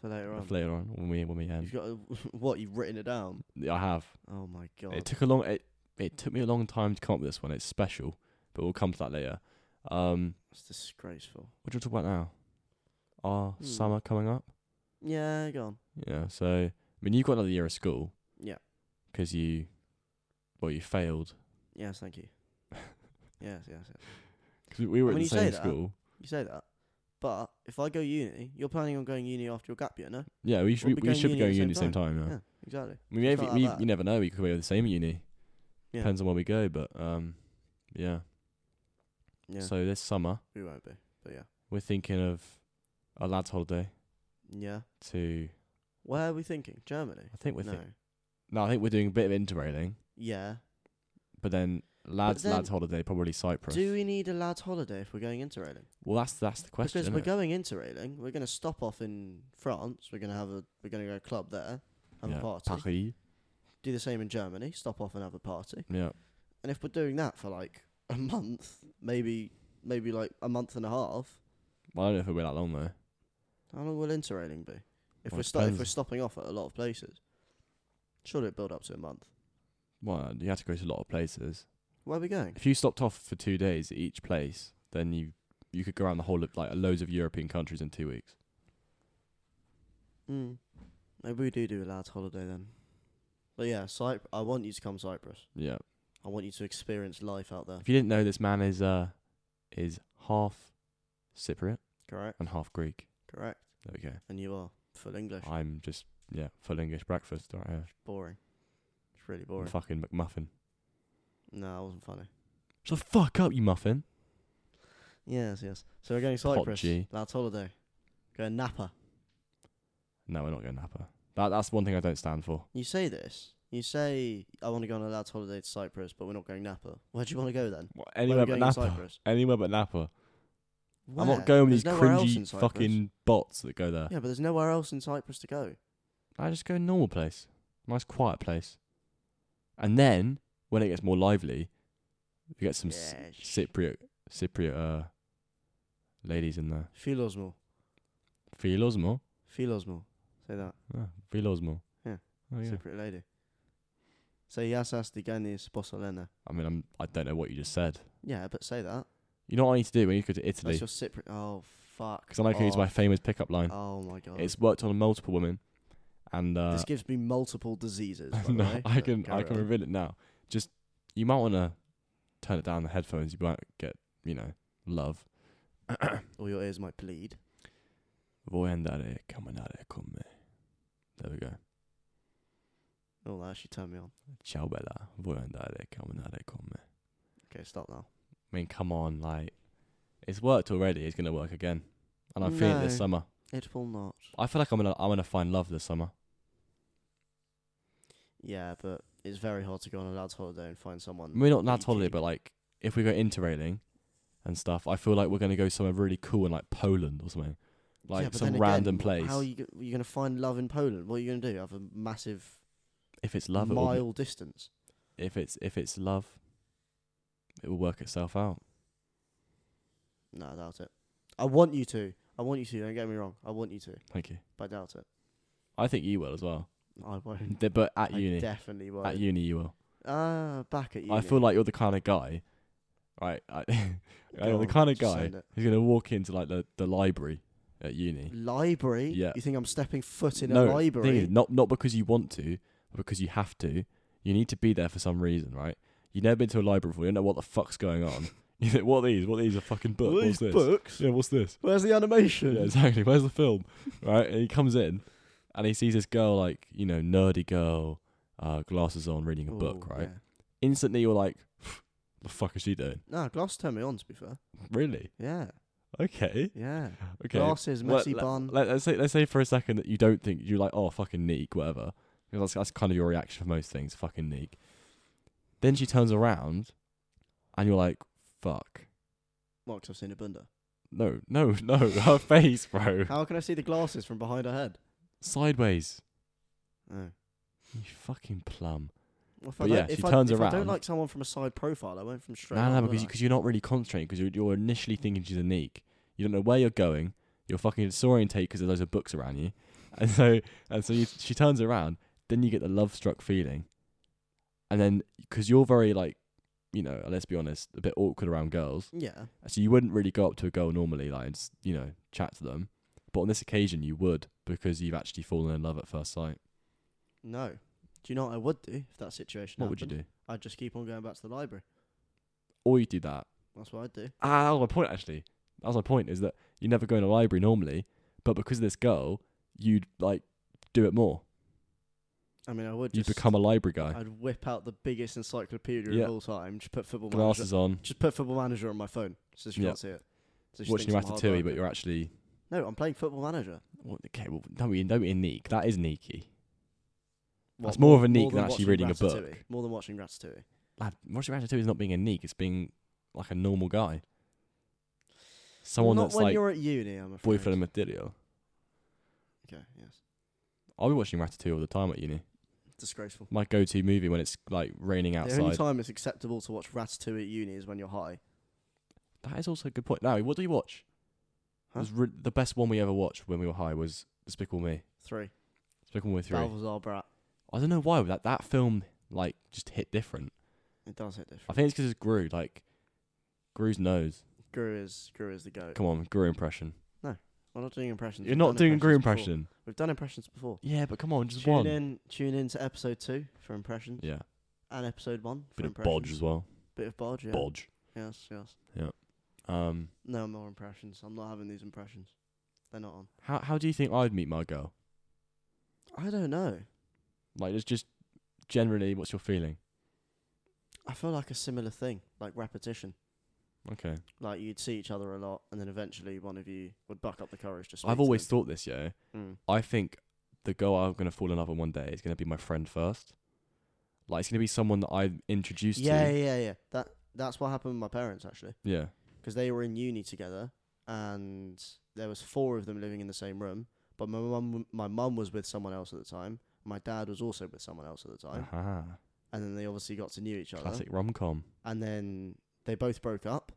S2: For later on.
S1: For later on, when we when we
S2: You've
S1: end,
S2: got a, [LAUGHS] what you've written it down.
S1: I have.
S2: Oh my god.
S1: It took a long it it took me a long time to come up with this one. It's special, but we'll come to that later. Um,
S2: It's disgraceful.
S1: what do you want to talk about now? Our
S2: Hmm.
S1: summer coming up.
S2: Yeah, go on.
S1: Yeah. So I mean, you've got another year of school.
S2: Yeah.
S1: Because you, well, you failed.
S2: Yes, thank you. [LAUGHS] yes, yes, yes.
S1: Because we were
S2: When
S1: at
S2: you
S1: the
S2: say
S1: same
S2: that-
S1: school.
S2: You say that. But if I go uni, you're planning on going uni after your gap year, no?
S1: Yeah, we should we,
S2: We'll be
S1: we
S2: going
S1: should be
S2: uni at
S1: going
S2: the
S1: uni at the same
S2: same
S1: time. Yeah.
S2: Yeah, exactly.
S1: I mean, maybe,
S2: not that
S1: we,
S2: bad.
S1: you never know. We could be at the same at uni.
S2: Yeah.
S1: Depends on where we go, but um, yeah.
S2: Yeah.
S1: So this summer,
S2: we won't be. But yeah.
S1: we're thinking of a lads' holiday
S2: Yeah.
S1: to.
S2: Where are we thinking? Germany?
S1: I think we're
S2: no.
S1: thi- no, I think we're doing a bit of interrailing.
S2: Yeah.
S1: But then lads,
S2: then-
S1: lads holiday probably Cyprus.
S2: Do we need a lads' holiday if we're going interrailing?
S1: well, that's that's the question.
S2: because we're
S1: innit?
S2: going interrailing, we're going to stop off in France. We're going to have a we're going to go club there, have
S1: yeah.
S2: a party.
S1: Paris.
S2: Do the same in Germany. Stop off and have a party.
S1: Yeah,
S2: And if we're doing that for like a month, maybe maybe like a month and a half,
S1: well, I don't know if it'll be that long though.
S2: how long will interrailing be? If
S1: Well,
S2: we're
S1: it
S2: sto- if
S1: depends.
S2: we're stopping off at a lot of places, surely it build up to a month.
S1: Well, you have to go to a lot of places.
S2: Where are we going?
S1: If you stopped off for two days at each place, then you you could go around the whole of like loads of European countries in two weeks.
S2: Mm. Maybe we do do a lads' holiday then. But yeah, Cyp- I want you to come Cyprus.
S1: Yeah.
S2: I want you to experience life out there.
S1: If you didn't know, this man is uh is half Cypriot
S2: Correct.
S1: and half Greek.
S2: Correct. Ah.
S1: There we go.
S2: And you are full English.
S1: I'm just yeah full English breakfast right here.
S2: boring. It's really boring.
S1: Fucking McMuffin.
S2: no, that wasn't funny.
S1: So fuck up, you muffin.
S2: Yes, yes. So we're going Cyprus.
S1: Podgy.
S2: Lads' holiday. Going Napa.
S1: No, we're not going to Napa. That that's one thing I don't stand for.
S2: You say this. You say I want to go on a lads' holiday to Cyprus, but we're not going Napa. [LAUGHS] Where do you want to go then?
S1: Well,
S2: Where are
S1: anywhere
S2: we
S1: but
S2: going in
S1: Napa.
S2: Cyprus?
S1: Anywhere but Napa. I'm
S2: Where?
S1: not going with
S2: There's
S1: these
S2: nowhere else in
S1: cringy
S2: Cyprus.
S1: fucking bots that go there.
S2: Yeah, but there's nowhere else in Cyprus to go.
S1: I just go normal place, nice quiet place, and then when it gets more lively, you get some S-
S2: Yes.
S1: Cypriot Cypriot uh, ladies in there.
S2: Philosmo.
S1: Philosmo,
S2: Philosmo. Say that.
S1: oh, Philosmo.
S2: Yeah.
S1: Oh, yeah.
S2: Cypriot lady. Say yasas diganis posolena.
S1: I mean, I'm I don't know what you just said.
S2: Yeah, but say that.
S1: You know what I need to do? We need to go to Italy.
S2: That's your Cypriot. Oh, Fuck.
S1: because I can use my
S2: off.
S1: famous pickup line.
S2: [LAUGHS] Oh my god.
S1: It's worked on multiple women, and uh,
S2: this gives me multiple
S1: [LAUGHS]
S2: diseases. by the
S1: no,
S2: way,
S1: I
S2: but
S1: can I
S2: carry
S1: can
S2: on.
S1: reveal it now. Just you might want to turn it down the headphones. You might get you know love. [COUGHS]
S2: Or your ears might bleed.
S1: Voy andare camminare con me. There we go.
S2: Oh, that actually turned me on.
S1: Ciao bella, voy andare camminare con me.
S2: Okay, stop now.
S1: I mean, come on, like it's worked already. It's gonna work again, and I'm feeling it
S2: No.
S1: this summer.
S2: It will not.
S1: I feel like I'm gonna I'm gonna find love this summer.
S2: Yeah, but it's very hard to go on a lad's holiday and find someone.
S1: We're not
S2: that
S1: lads
S2: you
S1: holiday,
S2: keep-
S1: but like if we go interrailing and stuff, I feel like we're gonna go somewhere really cool in like Poland or something,
S2: Yeah,
S1: like
S2: but
S1: some
S2: then
S1: random
S2: again,
S1: place.
S2: How are you, go- you going to find love in Poland? What are you going to do? Have a massive
S1: if it's love, it will be-
S2: mile distance?
S1: if it's if it's love, it will work itself out.
S2: No, I doubt it. I want you to. I want you to. Don't get me wrong. I want you to,
S1: Thank you.
S2: but I doubt it.
S1: I think you will as well,
S2: I [LAUGHS] won't.
S1: D- but at
S2: Mm. I
S1: uni,
S2: definitely won't.
S1: at uni you will.
S2: Ah, back at you.
S1: I feel like you're the kind of guy, right? I, [LAUGHS] you're the
S2: on,
S1: kind of
S2: just
S1: guy
S2: send it.
S1: who's gonna walk into like the, the library at uni.
S2: library.
S1: Yeah.
S2: You think I'm stepping foot in
S1: no,
S2: a library?
S1: Thing is, not not because you want to, but because you have to. You need to be there for some reason, right? You've never been to a library before. You don't know what the fuck's going on. [LAUGHS] you think, what are these? What are these? A fucking book?
S2: All
S1: What's
S2: these
S1: this?
S2: books.
S1: Yeah, what's this?
S2: Where's the
S1: [LAUGHS]
S2: animation?
S1: Yeah, exactly. Where's the film? [LAUGHS] right? And he comes in and he sees this girl, like, you know, nerdy girl, uh, glasses on, reading a book,
S2: Ooh,
S1: right?
S2: yeah.
S1: Instantly you're like, the fuck is she doing?
S2: No, glass turned me on. To be fair.
S1: Really?
S2: Yeah.
S1: Okay.
S2: Yeah.
S1: Okay.
S2: Glasses,
S1: Well,
S2: messy bun.
S1: Let, us say let's say for a second that you don't think you're like, oh fucking neek, whatever. Because that's that's kind of your reaction for most things, fucking neek. Then she turns around and you're like, fuck.
S2: Well, 'cause I've seen a bunda.
S1: No, no, [LAUGHS] no, her face, bro.
S2: How can I see the glasses from behind her head?
S1: Sideways.
S2: Oh.
S1: You fucking plum.
S2: Well, if
S1: But
S2: don't-
S1: yeah,
S2: if
S1: she
S2: I,
S1: turns
S2: if I don't
S1: around.
S2: like someone from a side profile. I went from straight.
S1: No,
S2: up,
S1: no,
S2: will
S1: because you,
S2: I?
S1: cause you're not really concentrating because you're, you're initially thinking she's a neek. You don't know where you're going. You're fucking disorientated because there's loads of books around you, [LAUGHS] and so and so you, she turns around. Then you get the love struck feeling, and then because you're very like, you know, let's be honest, a bit awkward around girls,
S2: Yeah.
S1: so you wouldn't really go up to a girl normally, like and, s- you know, chat to them. But on this occasion, you would because you've actually fallen in love at first sight.
S2: No. Do you know what I would do if that situation
S1: What
S2: happened?
S1: would you do?
S2: I'd just keep on going back to the library.
S1: Or you do that.
S2: That's what I'd do.
S1: Ah, that was my point actually. That was my point is that you never go in a library normally, but because of this girl, you'd like do it more.
S2: I mean, I would
S1: You'd
S2: just
S1: become a library guy.
S2: I'd whip out the biggest encyclopedia
S1: Yeah.
S2: of all time. Just put football manager.
S1: Glasses on,
S2: Just put football manager on my phone, so she
S1: Yeah.
S2: can't see it. So she
S1: watching
S2: thinks
S1: your
S2: I'm a hard
S1: Ratatouille, but
S2: worker.
S1: you're actually
S2: no, I'm playing football manager.
S1: what, okay. Well, don't be don't be a neek. That is neeky.
S2: What,
S1: That's more of a neek
S2: than
S1: than actually
S2: watching
S1: reading a
S2: Ratatouille.
S1: book.
S2: More than watching Ratatouille.
S1: Lad, watching Ratatouille is not being a neek. It's being like a normal guy. Someone
S2: Not
S1: that's
S2: when
S1: like
S2: you're at uni. I'm afraid.
S1: boyfriend material.
S2: Okay. Yes.
S1: I'll be watching Ratatouille all the time at uni.
S2: Disgraceful.
S1: My go-to movie when it's like raining
S2: The
S1: outside.
S2: only time it's acceptable to watch Ratatouille at uni is when you're high.
S1: That is also a good point. Now, what do you watch?
S2: Huh?
S1: Was re- the best one we ever watched when we were high was Despicable Me.
S2: Three.
S1: Despicable Me three.
S2: Balthazar Brat.
S1: I don't know why but that that film like just hit different.
S2: It does hit different.
S1: I think it's because it's Gru. Like Gru's nose.
S2: Gru is Gru is the goat.
S1: Come on, Gru impression.
S2: We're not doing impressions.
S1: You're
S2: We've
S1: not
S2: done
S1: doing a Gru
S2: impressions before.
S1: impression.
S2: We've done impressions before.
S1: Yeah, but come on, just
S2: tune
S1: one.
S2: in, tune in to episode two for impressions,
S1: Yeah,
S2: and episode one for
S1: bit of
S2: impressions.
S1: bodge as well.
S2: Bit of bodge. Yeah.
S1: Bodge.
S2: Yes, yes.
S1: Um,
S2: No more impressions. I'm not having these impressions. They're not on.
S1: how how do you think I'd meet my girl?
S2: I don't know.
S1: Like, it's just generally, what's your feeling?
S2: I feel like a similar thing, like repetition.
S1: Okay.
S2: Like you'd see each other a lot, and then eventually one of you would buck up the courage to speak.
S1: I've
S2: to
S1: always
S2: them.
S1: thought this. Yeah,
S2: Mm.
S1: I think the girl I'm gonna fall in love with one day is gonna be my friend first. Like it's gonna be someone that I'm introduced
S2: Yeah,
S1: to.
S2: yeah, yeah. That that's what happened with my parents actually.
S1: Yeah.
S2: because they were in uni together, and there was four of them living in the same room. But my mum, my mum was with someone else at the time. My dad was also with someone else at the time,
S1: Aha.
S2: and then they obviously got to know each other.
S1: Classic rom com.
S2: And then they both broke up,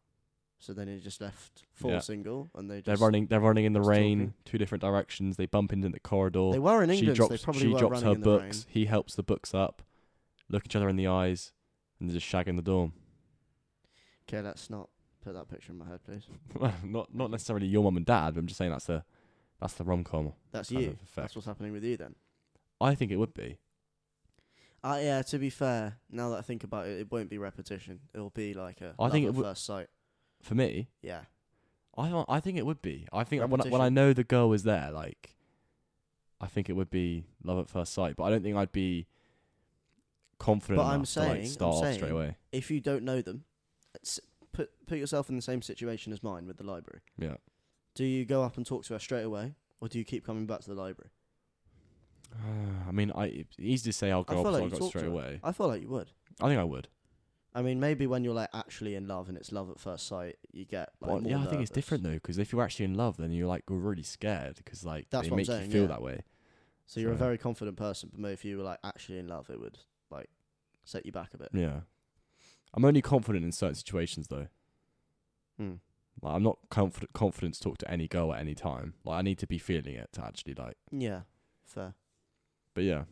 S2: so then it just left four
S1: Yeah.
S2: single, and they just,
S1: They're running. They're running in the
S2: just
S1: rain,
S2: talking.
S1: two different directions. They bump into the corridor.
S2: They were in England.
S1: she
S2: so
S1: drops.
S2: they probably
S1: she
S2: were
S1: drops
S2: running
S1: her
S2: in the
S1: books.
S2: rain.
S1: He helps the books up. Look each other in the eyes, and there's a shag in the dorm.
S2: Okay, let's not Put that picture in my head, please.
S1: Well, [LAUGHS] not not necessarily your mum and dad, but I'm just saying that's the that's the rom com.
S2: That's
S1: Kind
S2: you.
S1: of effect.
S2: That's what's happening with you then.
S1: I think it would be.
S2: Uh, yeah, to be fair, now that I think about it, it won't be repetition. It'll be like a
S1: I
S2: love
S1: think
S2: at
S1: it would-
S2: first sight.
S1: For me,
S2: Yeah.
S1: I don't- I think it would be. I think when I, when I
S2: Repetition.
S1: know the girl is there, like, I think it would be love at first sight. But I don't think I'd be confident
S2: But I'm
S1: enough to
S2: saying-
S1: like
S2: I'm
S1: start off straight
S2: saying-
S1: away. [SIGHS]
S2: If you don't know them, s- put put yourself in the same situation as mine with the library.
S1: Yeah.
S2: Do you go up and talk to her straight away, or do you keep coming back to the library?
S1: Uh, I mean, I it's easy to say I'll
S2: I
S1: go
S2: feel
S1: up I'll
S2: like you
S1: go
S2: talked to
S1: straight
S2: her.
S1: away.
S2: I feel like you would.
S1: I think I would.
S2: I mean, maybe when you're like actually in love and it's love at first sight, you get like.
S1: Well,
S2: more
S1: yeah, I think
S2: nervous.
S1: it's different though, because if you're actually in love, then you're like really scared, because like
S2: That's
S1: they
S2: what I'm
S1: make
S2: saying,
S1: you feel
S2: yeah.
S1: that way.
S2: So you're a
S1: So-
S2: very confident person, but maybe if you were like actually in love, it would like set you back a bit.
S1: Yeah, I'm only confident in certain situations though. Mm.
S2: Hmm.
S1: Like I'm not confident confident to talk to any girl at any time. Like I need to be feeling it to actually like.
S2: Yeah, fair.
S1: But yeah,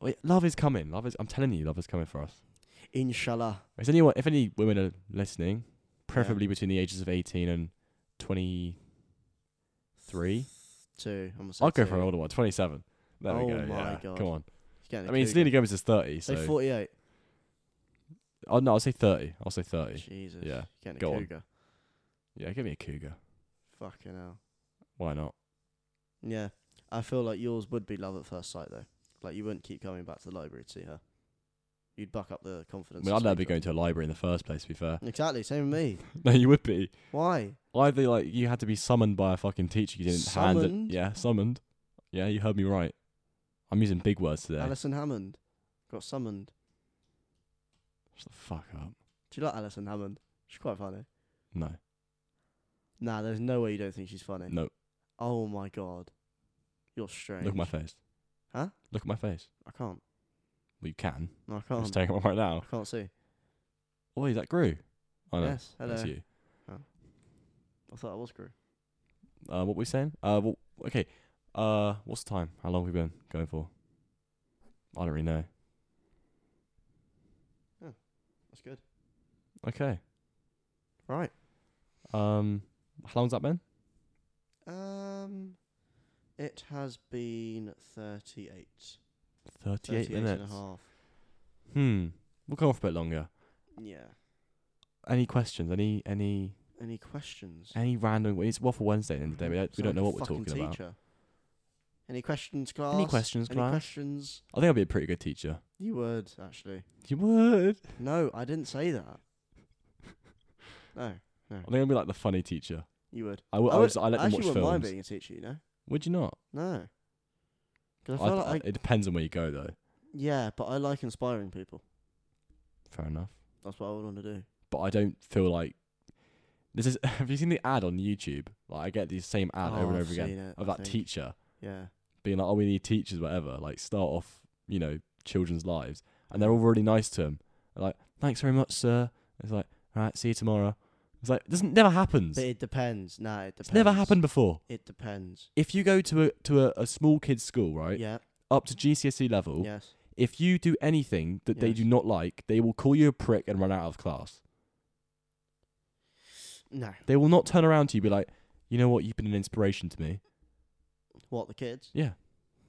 S1: Wait, love is coming. Love is. I'm telling you, love is coming for us.
S2: Inshallah.
S1: If anyone, if any women are listening, preferably between the ages of 18 and 23,
S2: Two. I'm gonna say
S1: I'll go
S2: two.
S1: for an older one. 27. There
S2: Oh
S1: we go.
S2: my
S1: yeah.
S2: God.
S1: Come on.
S2: He's getting
S1: I
S2: a
S1: mean,
S2: cougar.
S1: Selena Gomez is 30, so.
S2: Say 48.
S1: Oh no, I'll say thirty. I'll say thirty.
S2: Jesus.
S1: Yeah,
S2: Getting a
S1: go on.
S2: cougar.
S1: Yeah, give me a cougar.
S2: Fucking hell.
S1: Why not?
S2: Yeah. I feel like yours would be love at first sight though. Like you wouldn't keep coming back to the library to see her. You'd buck up the confidence.
S1: I mean, I'd
S2: to
S1: never
S2: speak
S1: be
S2: to her.
S1: going to a library in the first place. To be fair,
S2: Exactly. Same with [LAUGHS] me.
S1: no, you would be.
S2: Why?
S1: Either like you had to be summoned by a fucking teacher. You didn't hand
S2: Summoned?
S1: it. Yeah, summoned. Yeah, you heard me right. I'm using big words today.
S2: Alison Hammond got summoned.
S1: Shut the fuck up.
S2: Do you like Alison Hammond? She's quite funny.
S1: No,
S2: Nah, there's no way you don't think she's funny.
S1: no.
S2: Oh my god. You're strange.
S1: Look at my face.
S2: Huh?
S1: Look at my face.
S2: I can't.
S1: Well, you can.
S2: No, I
S1: I'm
S2: can't.
S1: just taking one right
S2: I
S1: now.
S2: can't see.
S1: Oh, is that grew? I know.
S2: Yes. Hello.
S1: That's you.
S2: I thought I was Gru.
S1: Uh, what we saying? Uh, well, okay. Uh, what's the time? How long have we been going for? I don't really know.
S2: That's good.
S1: Okay.
S2: Right.
S1: Um, how long's that been?
S2: Um, it has been 38.
S1: 38
S2: 38 and a
S1: minutes.
S2: half.
S1: Hmm. We'll go off a bit longer.
S2: Yeah.
S1: Any questions? Any any
S2: Any questions?
S1: any random? It's Waffle Wednesday at the end of the day. We don't, we
S2: Sound
S1: don't know
S2: like
S1: what
S2: a
S1: we're
S2: fucking
S1: talking about.
S2: teacher. Any questions, class?
S1: Any questions,
S2: Any
S1: class?
S2: questions?
S1: I think I'd be a pretty good teacher.
S2: You would, actually.
S1: You would.
S2: No, I didn't
S1: [LAUGHS]
S2: say that. No,
S1: I think I'd be like the funny teacher.
S2: you would.
S1: I would. I,
S2: I
S1: would,
S2: would-
S1: just, I let them
S2: I actually
S1: watch
S2: wouldn't mind
S1: films.
S2: being a teacher, you know?
S1: Would you not?
S2: No. Because I
S1: I
S2: feel
S1: th-
S2: like, I,
S1: it depends on where you go, though.
S2: yeah, but I like inspiring people.
S1: Fair enough.
S2: That's what I would want to do.
S1: But I don't feel like this is. [LAUGHS] Have you seen the ad on YouTube? Like I get the same ad
S2: Oh,
S1: Ah, over and
S2: I've
S1: over again
S2: seen it,
S1: of
S2: I
S1: that
S2: think.
S1: teacher.
S2: Yeah.
S1: being like, "Oh, we need teachers, whatever." Like, start off, you know, children's lives, and they're all really nice to him. They're like, "Thanks very much, sir." It's like, "All right, see you tomorrow." It's like, this never happens.
S2: But it depends. Nah, it depends.
S1: It's never happened before.
S2: It depends.
S1: If you go to a to a, a small kids' school, right,
S2: Yeah.
S1: up to GCSE E level,
S2: Yes.
S1: if you do anything that they
S2: Yes.
S1: do not like, they will call you a prick and run out of class.
S2: No.
S1: They will not turn around to you and be like, "You know what? You've been an inspiration to me."
S2: What the kids?
S1: Yeah,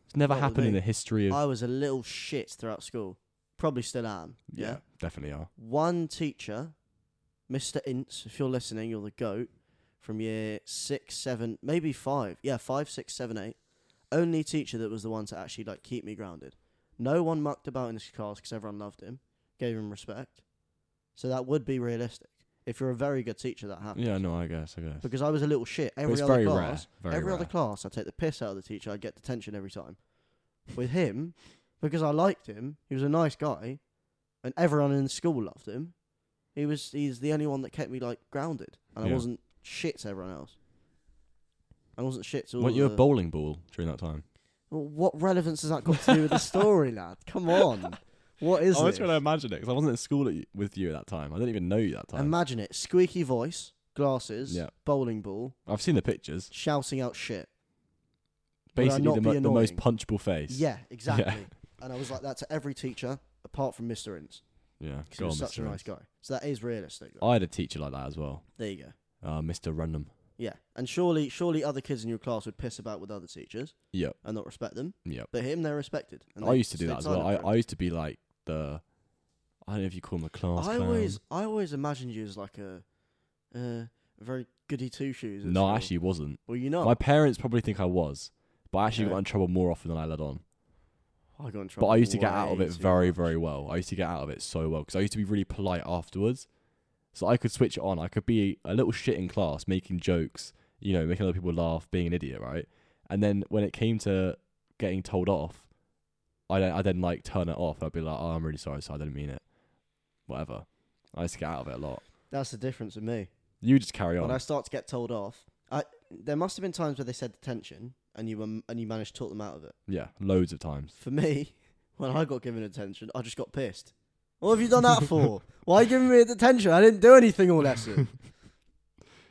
S1: it's never
S2: Not with
S1: happened in
S2: me.
S1: the history of.
S2: I was a little shit throughout school. Probably still am. Yeah.
S1: definitely are.
S2: One teacher, Mr. Ince, if you're listening, you're the goat from year six, seven, maybe five. Yeah, five, six, seven, eight. Only teacher that was the one to actually like keep me grounded. No one mucked about in this class because everyone loved him, gave him respect. So that would be realistic. If you're a very good teacher, that happens.
S1: Yeah, no, I guess, I guess.
S2: Because I was a little shit
S1: But
S2: every
S1: it's
S2: other
S1: very rare.
S2: class.
S1: Very
S2: every
S1: rare.
S2: other class, I take the piss out of the teacher. I get detention every time. With him, because I liked him, he was a nice guy, and everyone in school loved him. He was he's the only one that kept me like grounded, and
S1: Yeah.
S2: I wasn't shit to everyone else. I wasn't shit to all.
S1: Weren't you a
S2: the-
S1: bowling ball during that time?
S2: [LAUGHS] Well, what relevance has that got to do with the story, lad? Come
S1: [LAUGHS]
S2: on, what is
S1: Oh, I was
S2: this?
S1: trying to imagine it because I wasn't at school at, y- with you at that time. I didn't even know you that time.
S2: Imagine it: squeaky voice, glasses,
S1: Yeah.
S2: bowling ball,
S1: I've seen the pictures.
S2: shouting out shit. Would I
S1: Basically,
S2: not
S1: the,
S2: be
S1: mo- the most
S2: annoying?
S1: [LAUGHS] punchable face.
S2: Yeah, exactly. And I was like that to every teacher apart from Mr. Ince.
S1: Yeah,
S2: because he
S1: go on, Oh.
S2: was such
S1: Mr.
S2: a
S1: Random.
S2: nice guy. So that is realistic. Though.
S1: I had a teacher like that as well,
S2: there you go.
S1: uh, Mr. Random.
S2: Yeah, and surely, surely other kids in your class would piss about with other teachers
S1: Yep,
S2: and not respect them,
S1: yep.
S2: but him they're respected. And
S1: I
S2: they
S1: used to do
S2: stayed
S1: that as well. I,
S2: silent for
S1: I used to be like the, I don't know if you call him the class.
S2: I
S1: clown.
S2: always, I always imagined you as like a, uh, very goody two shoes.
S1: no, I actually wasn't.
S2: Well, you know,
S1: My parents probably think I was, but I actually
S2: Okay.
S1: got in trouble more often than I let on.
S2: I got in trouble.
S1: But I used to get out of
S2: way
S1: it
S2: too
S1: very,
S2: much.
S1: very well. I used to get out of it so well because I used to be really polite afterwards. So I could switch it on. I could be a little shit in class, making jokes, you know, making other people laugh, being an idiot, right? And then when it came to getting told off, I then, I then like turn it off. I'd be like, oh, I'm really sorry, so I didn't mean it. Whatever. I used to get out of it a lot.
S2: That's the difference with me.
S1: You just carry on.
S2: When I start to get told off, I there must have been times where they said detention and you were, and you managed to talk them out of it.
S1: yeah, loads of times.
S2: For me, [LAUGHS] when I got given attention, I just got pissed. What have you done that
S1: [LAUGHS]
S2: for? Why are you giving me a detention? I didn't do anything all lesson.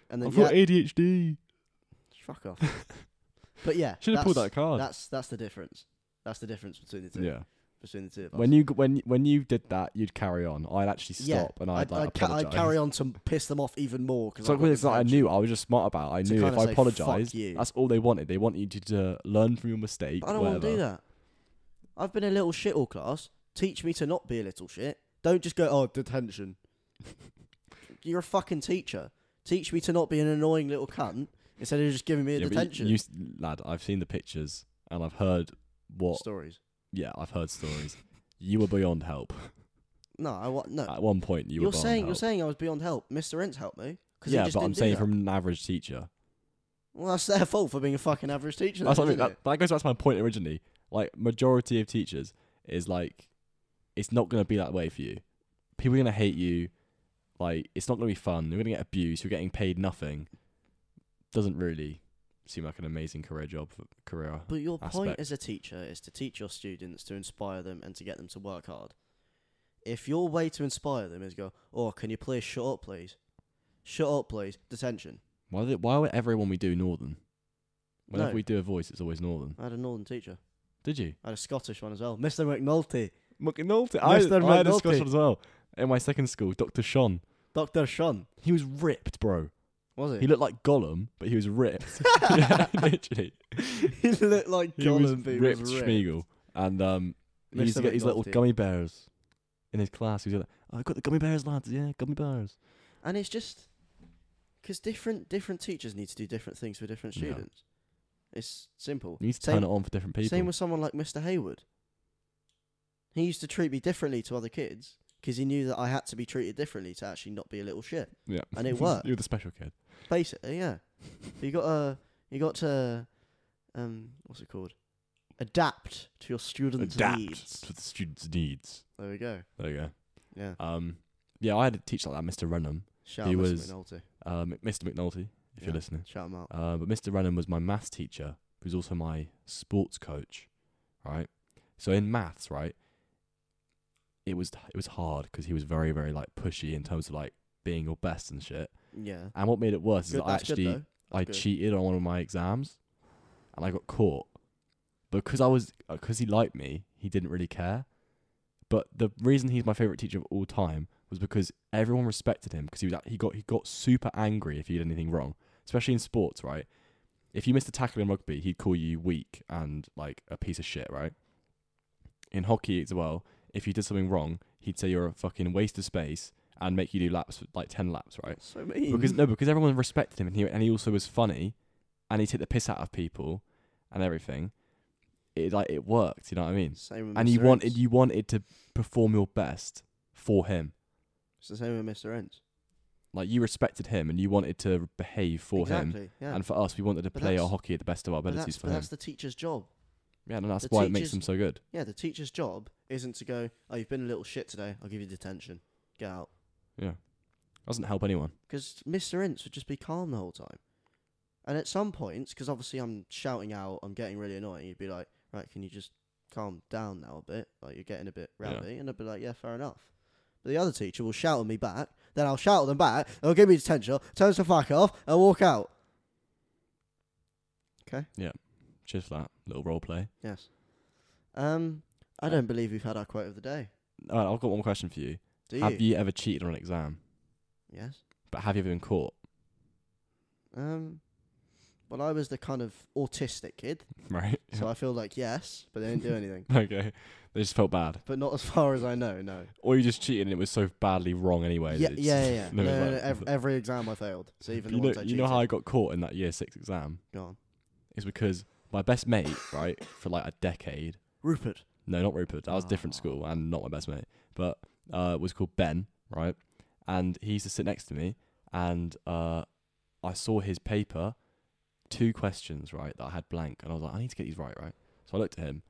S2: And then
S1: I've
S2: yeah,
S1: got ADHD.
S2: fuck off.
S1: [LAUGHS]
S2: But yeah,
S1: Should have pulled
S2: that's-
S1: that card.
S2: That's that's the difference. That's the difference between the two.
S1: yeah.
S2: Between the two of us.
S1: When you g- when when you did that, you'd carry on. I'd actually stop and I'd, like
S2: ca- I'd
S1: apologize.
S2: carry on to piss them off even more because
S1: It's like things that I knew I was just smart about. I
S2: To
S1: knew if
S2: kinda
S1: I
S2: say,
S1: apologized,
S2: "Fuck you."
S1: that's all they wanted. They wanted you to learn from your mistake.
S2: But I don't
S1: whatever.
S2: want to do that. I've been a little shit all class. Teach me to not be a little shit. Don't just go, oh, detention. [LAUGHS] You're a fucking teacher. Teach me to not be an annoying little cunt instead of just giving me a
S1: Yeah, but you-
S2: detention.
S1: you s- lad, I've seen the pictures and I've heard what.
S2: Stories.
S1: yeah, I've heard stories. you were beyond
S2: [LAUGHS]
S1: help.
S2: No, I want no.
S1: At one point, Ah, you
S2: You are
S1: were beyond
S2: saying
S1: help.
S2: you're saying I was beyond help. Mr. Ince helped me because
S1: yeah,
S2: he just
S1: but
S2: didn't
S1: I'm
S2: do
S1: saying
S2: that.
S1: from an average teacher.
S2: well, that's their fault for being a fucking average teacher.
S1: That's
S2: then,
S1: what I mean,
S2: isn't
S1: that, that goes back to my point originally. Like majority of teachers is like, it's not gonna be that way for you. People are gonna hate you. Like it's not gonna be fun. You're gonna get abused. You're getting paid nothing. Doesn't really seem like an amazing career job. For, career.
S2: But your point
S1: aspect.
S2: as a teacher is to teach your students to inspire them and to get them to work hard. If your way to inspire them is go, oh, can you please shut up, please? Shut up, please. Detention.
S1: Why? Did, why would everyone we do northern? Whenever
S2: No.
S1: we do a voice, it's always northern.
S2: I had a northern teacher.
S1: Did you?
S2: I had a Scottish one as well. Mr. McNulty.
S1: McNulty.
S2: I-
S1: I,
S2: Mr.
S1: I had a
S2: McNulty.
S1: Scottish as well in my second school. Doctor Sean.
S2: Dr. Sean,
S1: He was ripped, bro.
S2: was
S1: He
S2: it? [LAUGHS]
S1: looked like Gollum, but he was [LAUGHS] ripped. yeah,
S2: He,
S1: literally.
S2: looked like
S1: he was
S2: Gollum, but he
S1: ripped,
S2: was
S1: Schmiegel, and um, he used to
S2: Mr.
S1: get these little
S2: McNulty.
S1: gummy bears in his class. He was like, oh, "I got the gummy bears, lads. Yeah, gummy bears."
S2: And it's just because different, different teachers need to do different things for different
S1: Yeah.
S2: students. It's simple.
S1: You need to
S2: Same-
S1: turn it on for different people.
S2: Same with someone like Mr. Hayward. He used to treat me differently to other kids because he knew that I had to be treated differently to actually not be a little shit.
S1: yeah, [LAUGHS]
S2: and it worked.
S1: You're the special kid.
S2: Basically, yeah. you got to you got to um what's it called? Adapt to your students'
S1: Adapt
S2: needs.
S1: to the students' needs.
S2: There we go.
S1: There you
S2: Yeah.
S1: go. Um, yeah, I had a teacher like that, Mr. Renham,
S2: Shout
S1: He
S2: out
S1: was-
S2: Mr. McNulty.
S1: um, Mr. McNulty, if
S2: Yeah.
S1: you're listening.
S2: Shout him out.
S1: Uh, but Mr. Renham was my maths teacher, who's also my sports coach, right? So in maths, right, it was it was hard because he was very very like pushy in terms of like being your best and shit.
S2: Yeah.
S1: And what made it worse is
S2: Good,
S1: that I
S2: that's good
S1: actually
S2: though.
S1: I
S2: good.
S1: cheated on one of my exams, and I got caught because I was because he liked me. He didn't really care, but the reason he's my favorite teacher of all time was because everyone respected him because he was he got he got super angry if he did anything wrong, especially in sports, right? If you missed a tackle in rugby, he'd call you weak and like a piece of shit, right? In hockey as well, if you did something wrong, he'd say you're a fucking waste of space and make you do laps like ten laps, right?
S2: So mean.
S1: because no, because everyone respected him, and he and he also was funny, and he took the piss out of people, and everything. It like it worked, you know what I mean?
S2: same with
S1: And
S2: Mr.
S1: you wanted
S2: Ince.
S1: you wanted to perform your best for him,
S2: It's the same with Mr. Ents.
S1: like you respected him, and you wanted to behave for him.
S2: exactly. Yeah.
S1: And for us, we wanted to
S2: But
S1: play our
S2: that's-
S1: hockey at the best of our
S2: but
S1: abilities
S2: that's,
S1: for
S2: but
S1: him.
S2: that's the teacher's job.
S1: yeah, and that's
S2: the
S1: why it makes
S2: teachers-
S1: them so good.
S2: Yeah, the teacher's job isn't to go, oh, you've been a little shit today. I'll give you detention. Get out.
S1: Doesn't help anyone.
S2: Because Mr. Ince would just be calm the whole time. And at some points, because obviously I'm shouting out, I'm getting really annoying, you'd be like, right, can you just calm down now a bit? Like, you're getting a bit
S1: Yeah.
S2: rowdy. And I'd be like, yeah, fair enough. But the other teacher will shout at me back, then I'll shout at them back, they'll give me detention, turn us the fuck off, and walk out.
S1: Cheers for that little role play.
S2: Yes. Um, I
S1: Uh,
S2: don't believe we've had our quote of the day.
S1: All right, I've got one question for you.
S2: Do you?
S1: Have you ever cheated on an exam?
S2: Yes.
S1: But have you ever been caught? [LAUGHS]
S2: Um. Well, I was the kind of autistic kid,
S1: Right.
S2: so I feel like yes, but they didn't do anything. [LAUGHS]
S1: okay. They just felt bad,
S2: But not as far as I know, no.
S1: or you just cheated and it was so badly wrong anyway.
S2: Yeah,
S1: that it's- [LAUGHS]
S2: yeah, yeah. yeah.
S1: no,
S2: no, no,
S1: like-
S2: no, ev- every exam I failed. So even
S1: you
S2: the
S1: know,
S2: ones I
S1: you know how I got caught in that year six exam
S2: gone.
S1: is because my best mate, right, for like a decade.
S2: Rupert.
S1: No, not Rupert. That was a different
S2: Ah.
S1: school and not my best mate, but uh, was called Ben, right? And he used to sit next to me, and uh, I saw his paper, two questions, right, that I had blank, and I was like, I need to get these right, right? So I looked at him,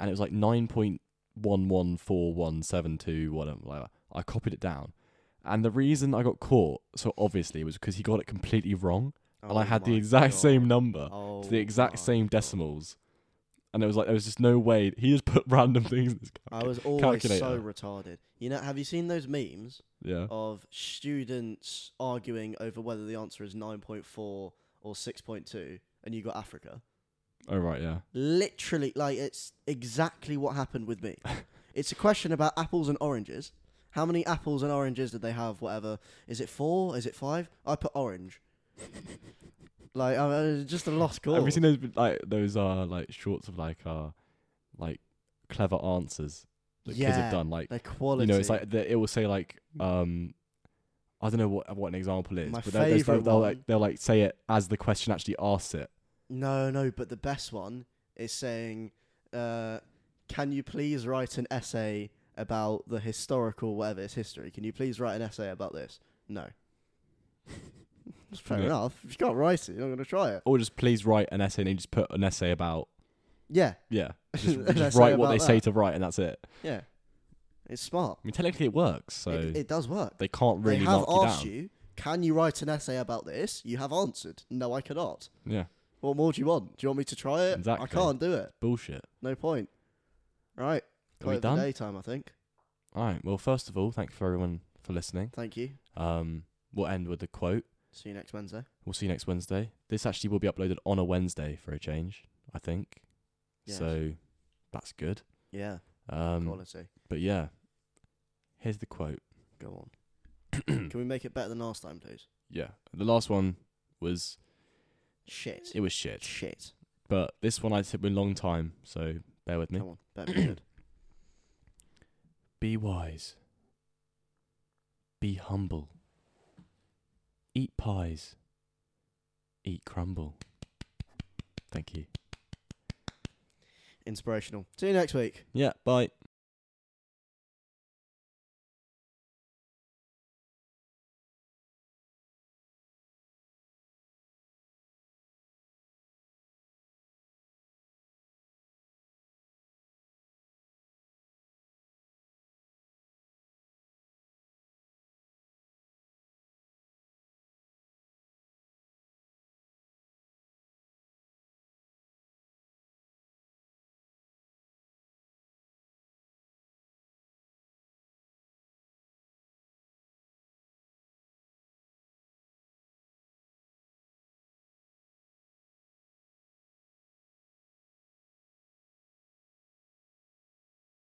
S1: and it was like nine point one one four one seven two whatever. Like that. I copied it down, and the reason I got caught so obviously was because he got it completely wrong, and I
S2: Oh
S1: had the
S2: my
S1: exact
S2: God.
S1: same number
S2: Oh
S1: to the exact
S2: my
S1: same
S2: God.
S1: decimals. And it was like there was just no way [LAUGHS] he just put random things in his
S2: I
S1: calculator.
S2: was always so
S1: calculator.
S2: retarded. You know, have you seen those memes
S1: yeah.
S2: of students arguing over whether the answer is 9.4 or 6.2 and you got Africa?
S1: Oh right,
S2: [LAUGHS]
S1: yeah.
S2: Literally, like, it's exactly what happened
S1: [LAUGHS]
S2: with me. it's a question about apples and oranges. How many apples and oranges did they have? Whatever. Is it four? Is it five? I put orange. like, I I was just a lost cause.
S1: Have you seen those like those uh like shorts of like uh like clever answers that kids
S2: Yeah,
S1: have done? Like
S2: Their quality. Mm.
S1: you know, it's like the, it will say like um I don't know what what an example is,
S2: My
S1: but they'll, they'll,
S2: favourite
S1: they'll
S2: one-
S1: like they'll like say it as the question actually asks it.
S2: No, no, but the best one is saying, uh, "Can you please write an essay about the historical whatever it's history? Can you please write an essay about this?" No. [LAUGHS] That's fair
S1: Yeah.
S2: enough. If you can't write it, you're not going to try it.
S1: Or just please write an essay and then just put an essay about
S2: Yeah,
S1: yeah. Just,
S2: [LAUGHS] An
S1: just
S2: essay
S1: write what they
S2: about
S1: say
S2: that.
S1: to write and that's it.
S2: yeah. It's smart.
S1: I mean technically it works, so
S2: it, it does work.
S1: they can't really
S2: they have
S1: knock
S2: asked
S1: you down.
S2: you, "Can you write an essay about this?" You have answered, "No, I cannot."
S1: Yeah.
S2: What more do you want? Do you want me to try it? I
S1: Exactly.
S2: can't do it.
S1: Bullshit.
S2: No point.
S1: Are
S2: Right.
S1: we
S2: Quite
S1: done?
S2: daytime, I think.
S1: All right. Well, first of all, thank you for everyone for listening.
S2: Thank you.
S1: Um, we'll end with a quote.
S2: See you next Wednesday.
S1: We'll see you next Wednesday. This actually will be uploaded on a Wednesday for a change, I think.
S2: Yes.
S1: So that's good.
S2: Yeah,
S1: Um,
S2: quality.
S1: but yeah, here's the quote.
S2: Go
S1: [CLEARS THROAT]
S2: on. Can we make it better than last time, please?
S1: Yeah, the last one was
S2: Shit.
S1: it was shit,
S2: Shit.
S1: but this one I took me a long time, so bear with me.
S2: Come on, better be
S1: [CLEARS THROAT]
S2: good.
S1: Be wise. Be humble. Eat pies. Eat crumble. Thank you.
S2: Inspirational. See you next week.
S1: Yeah, bye.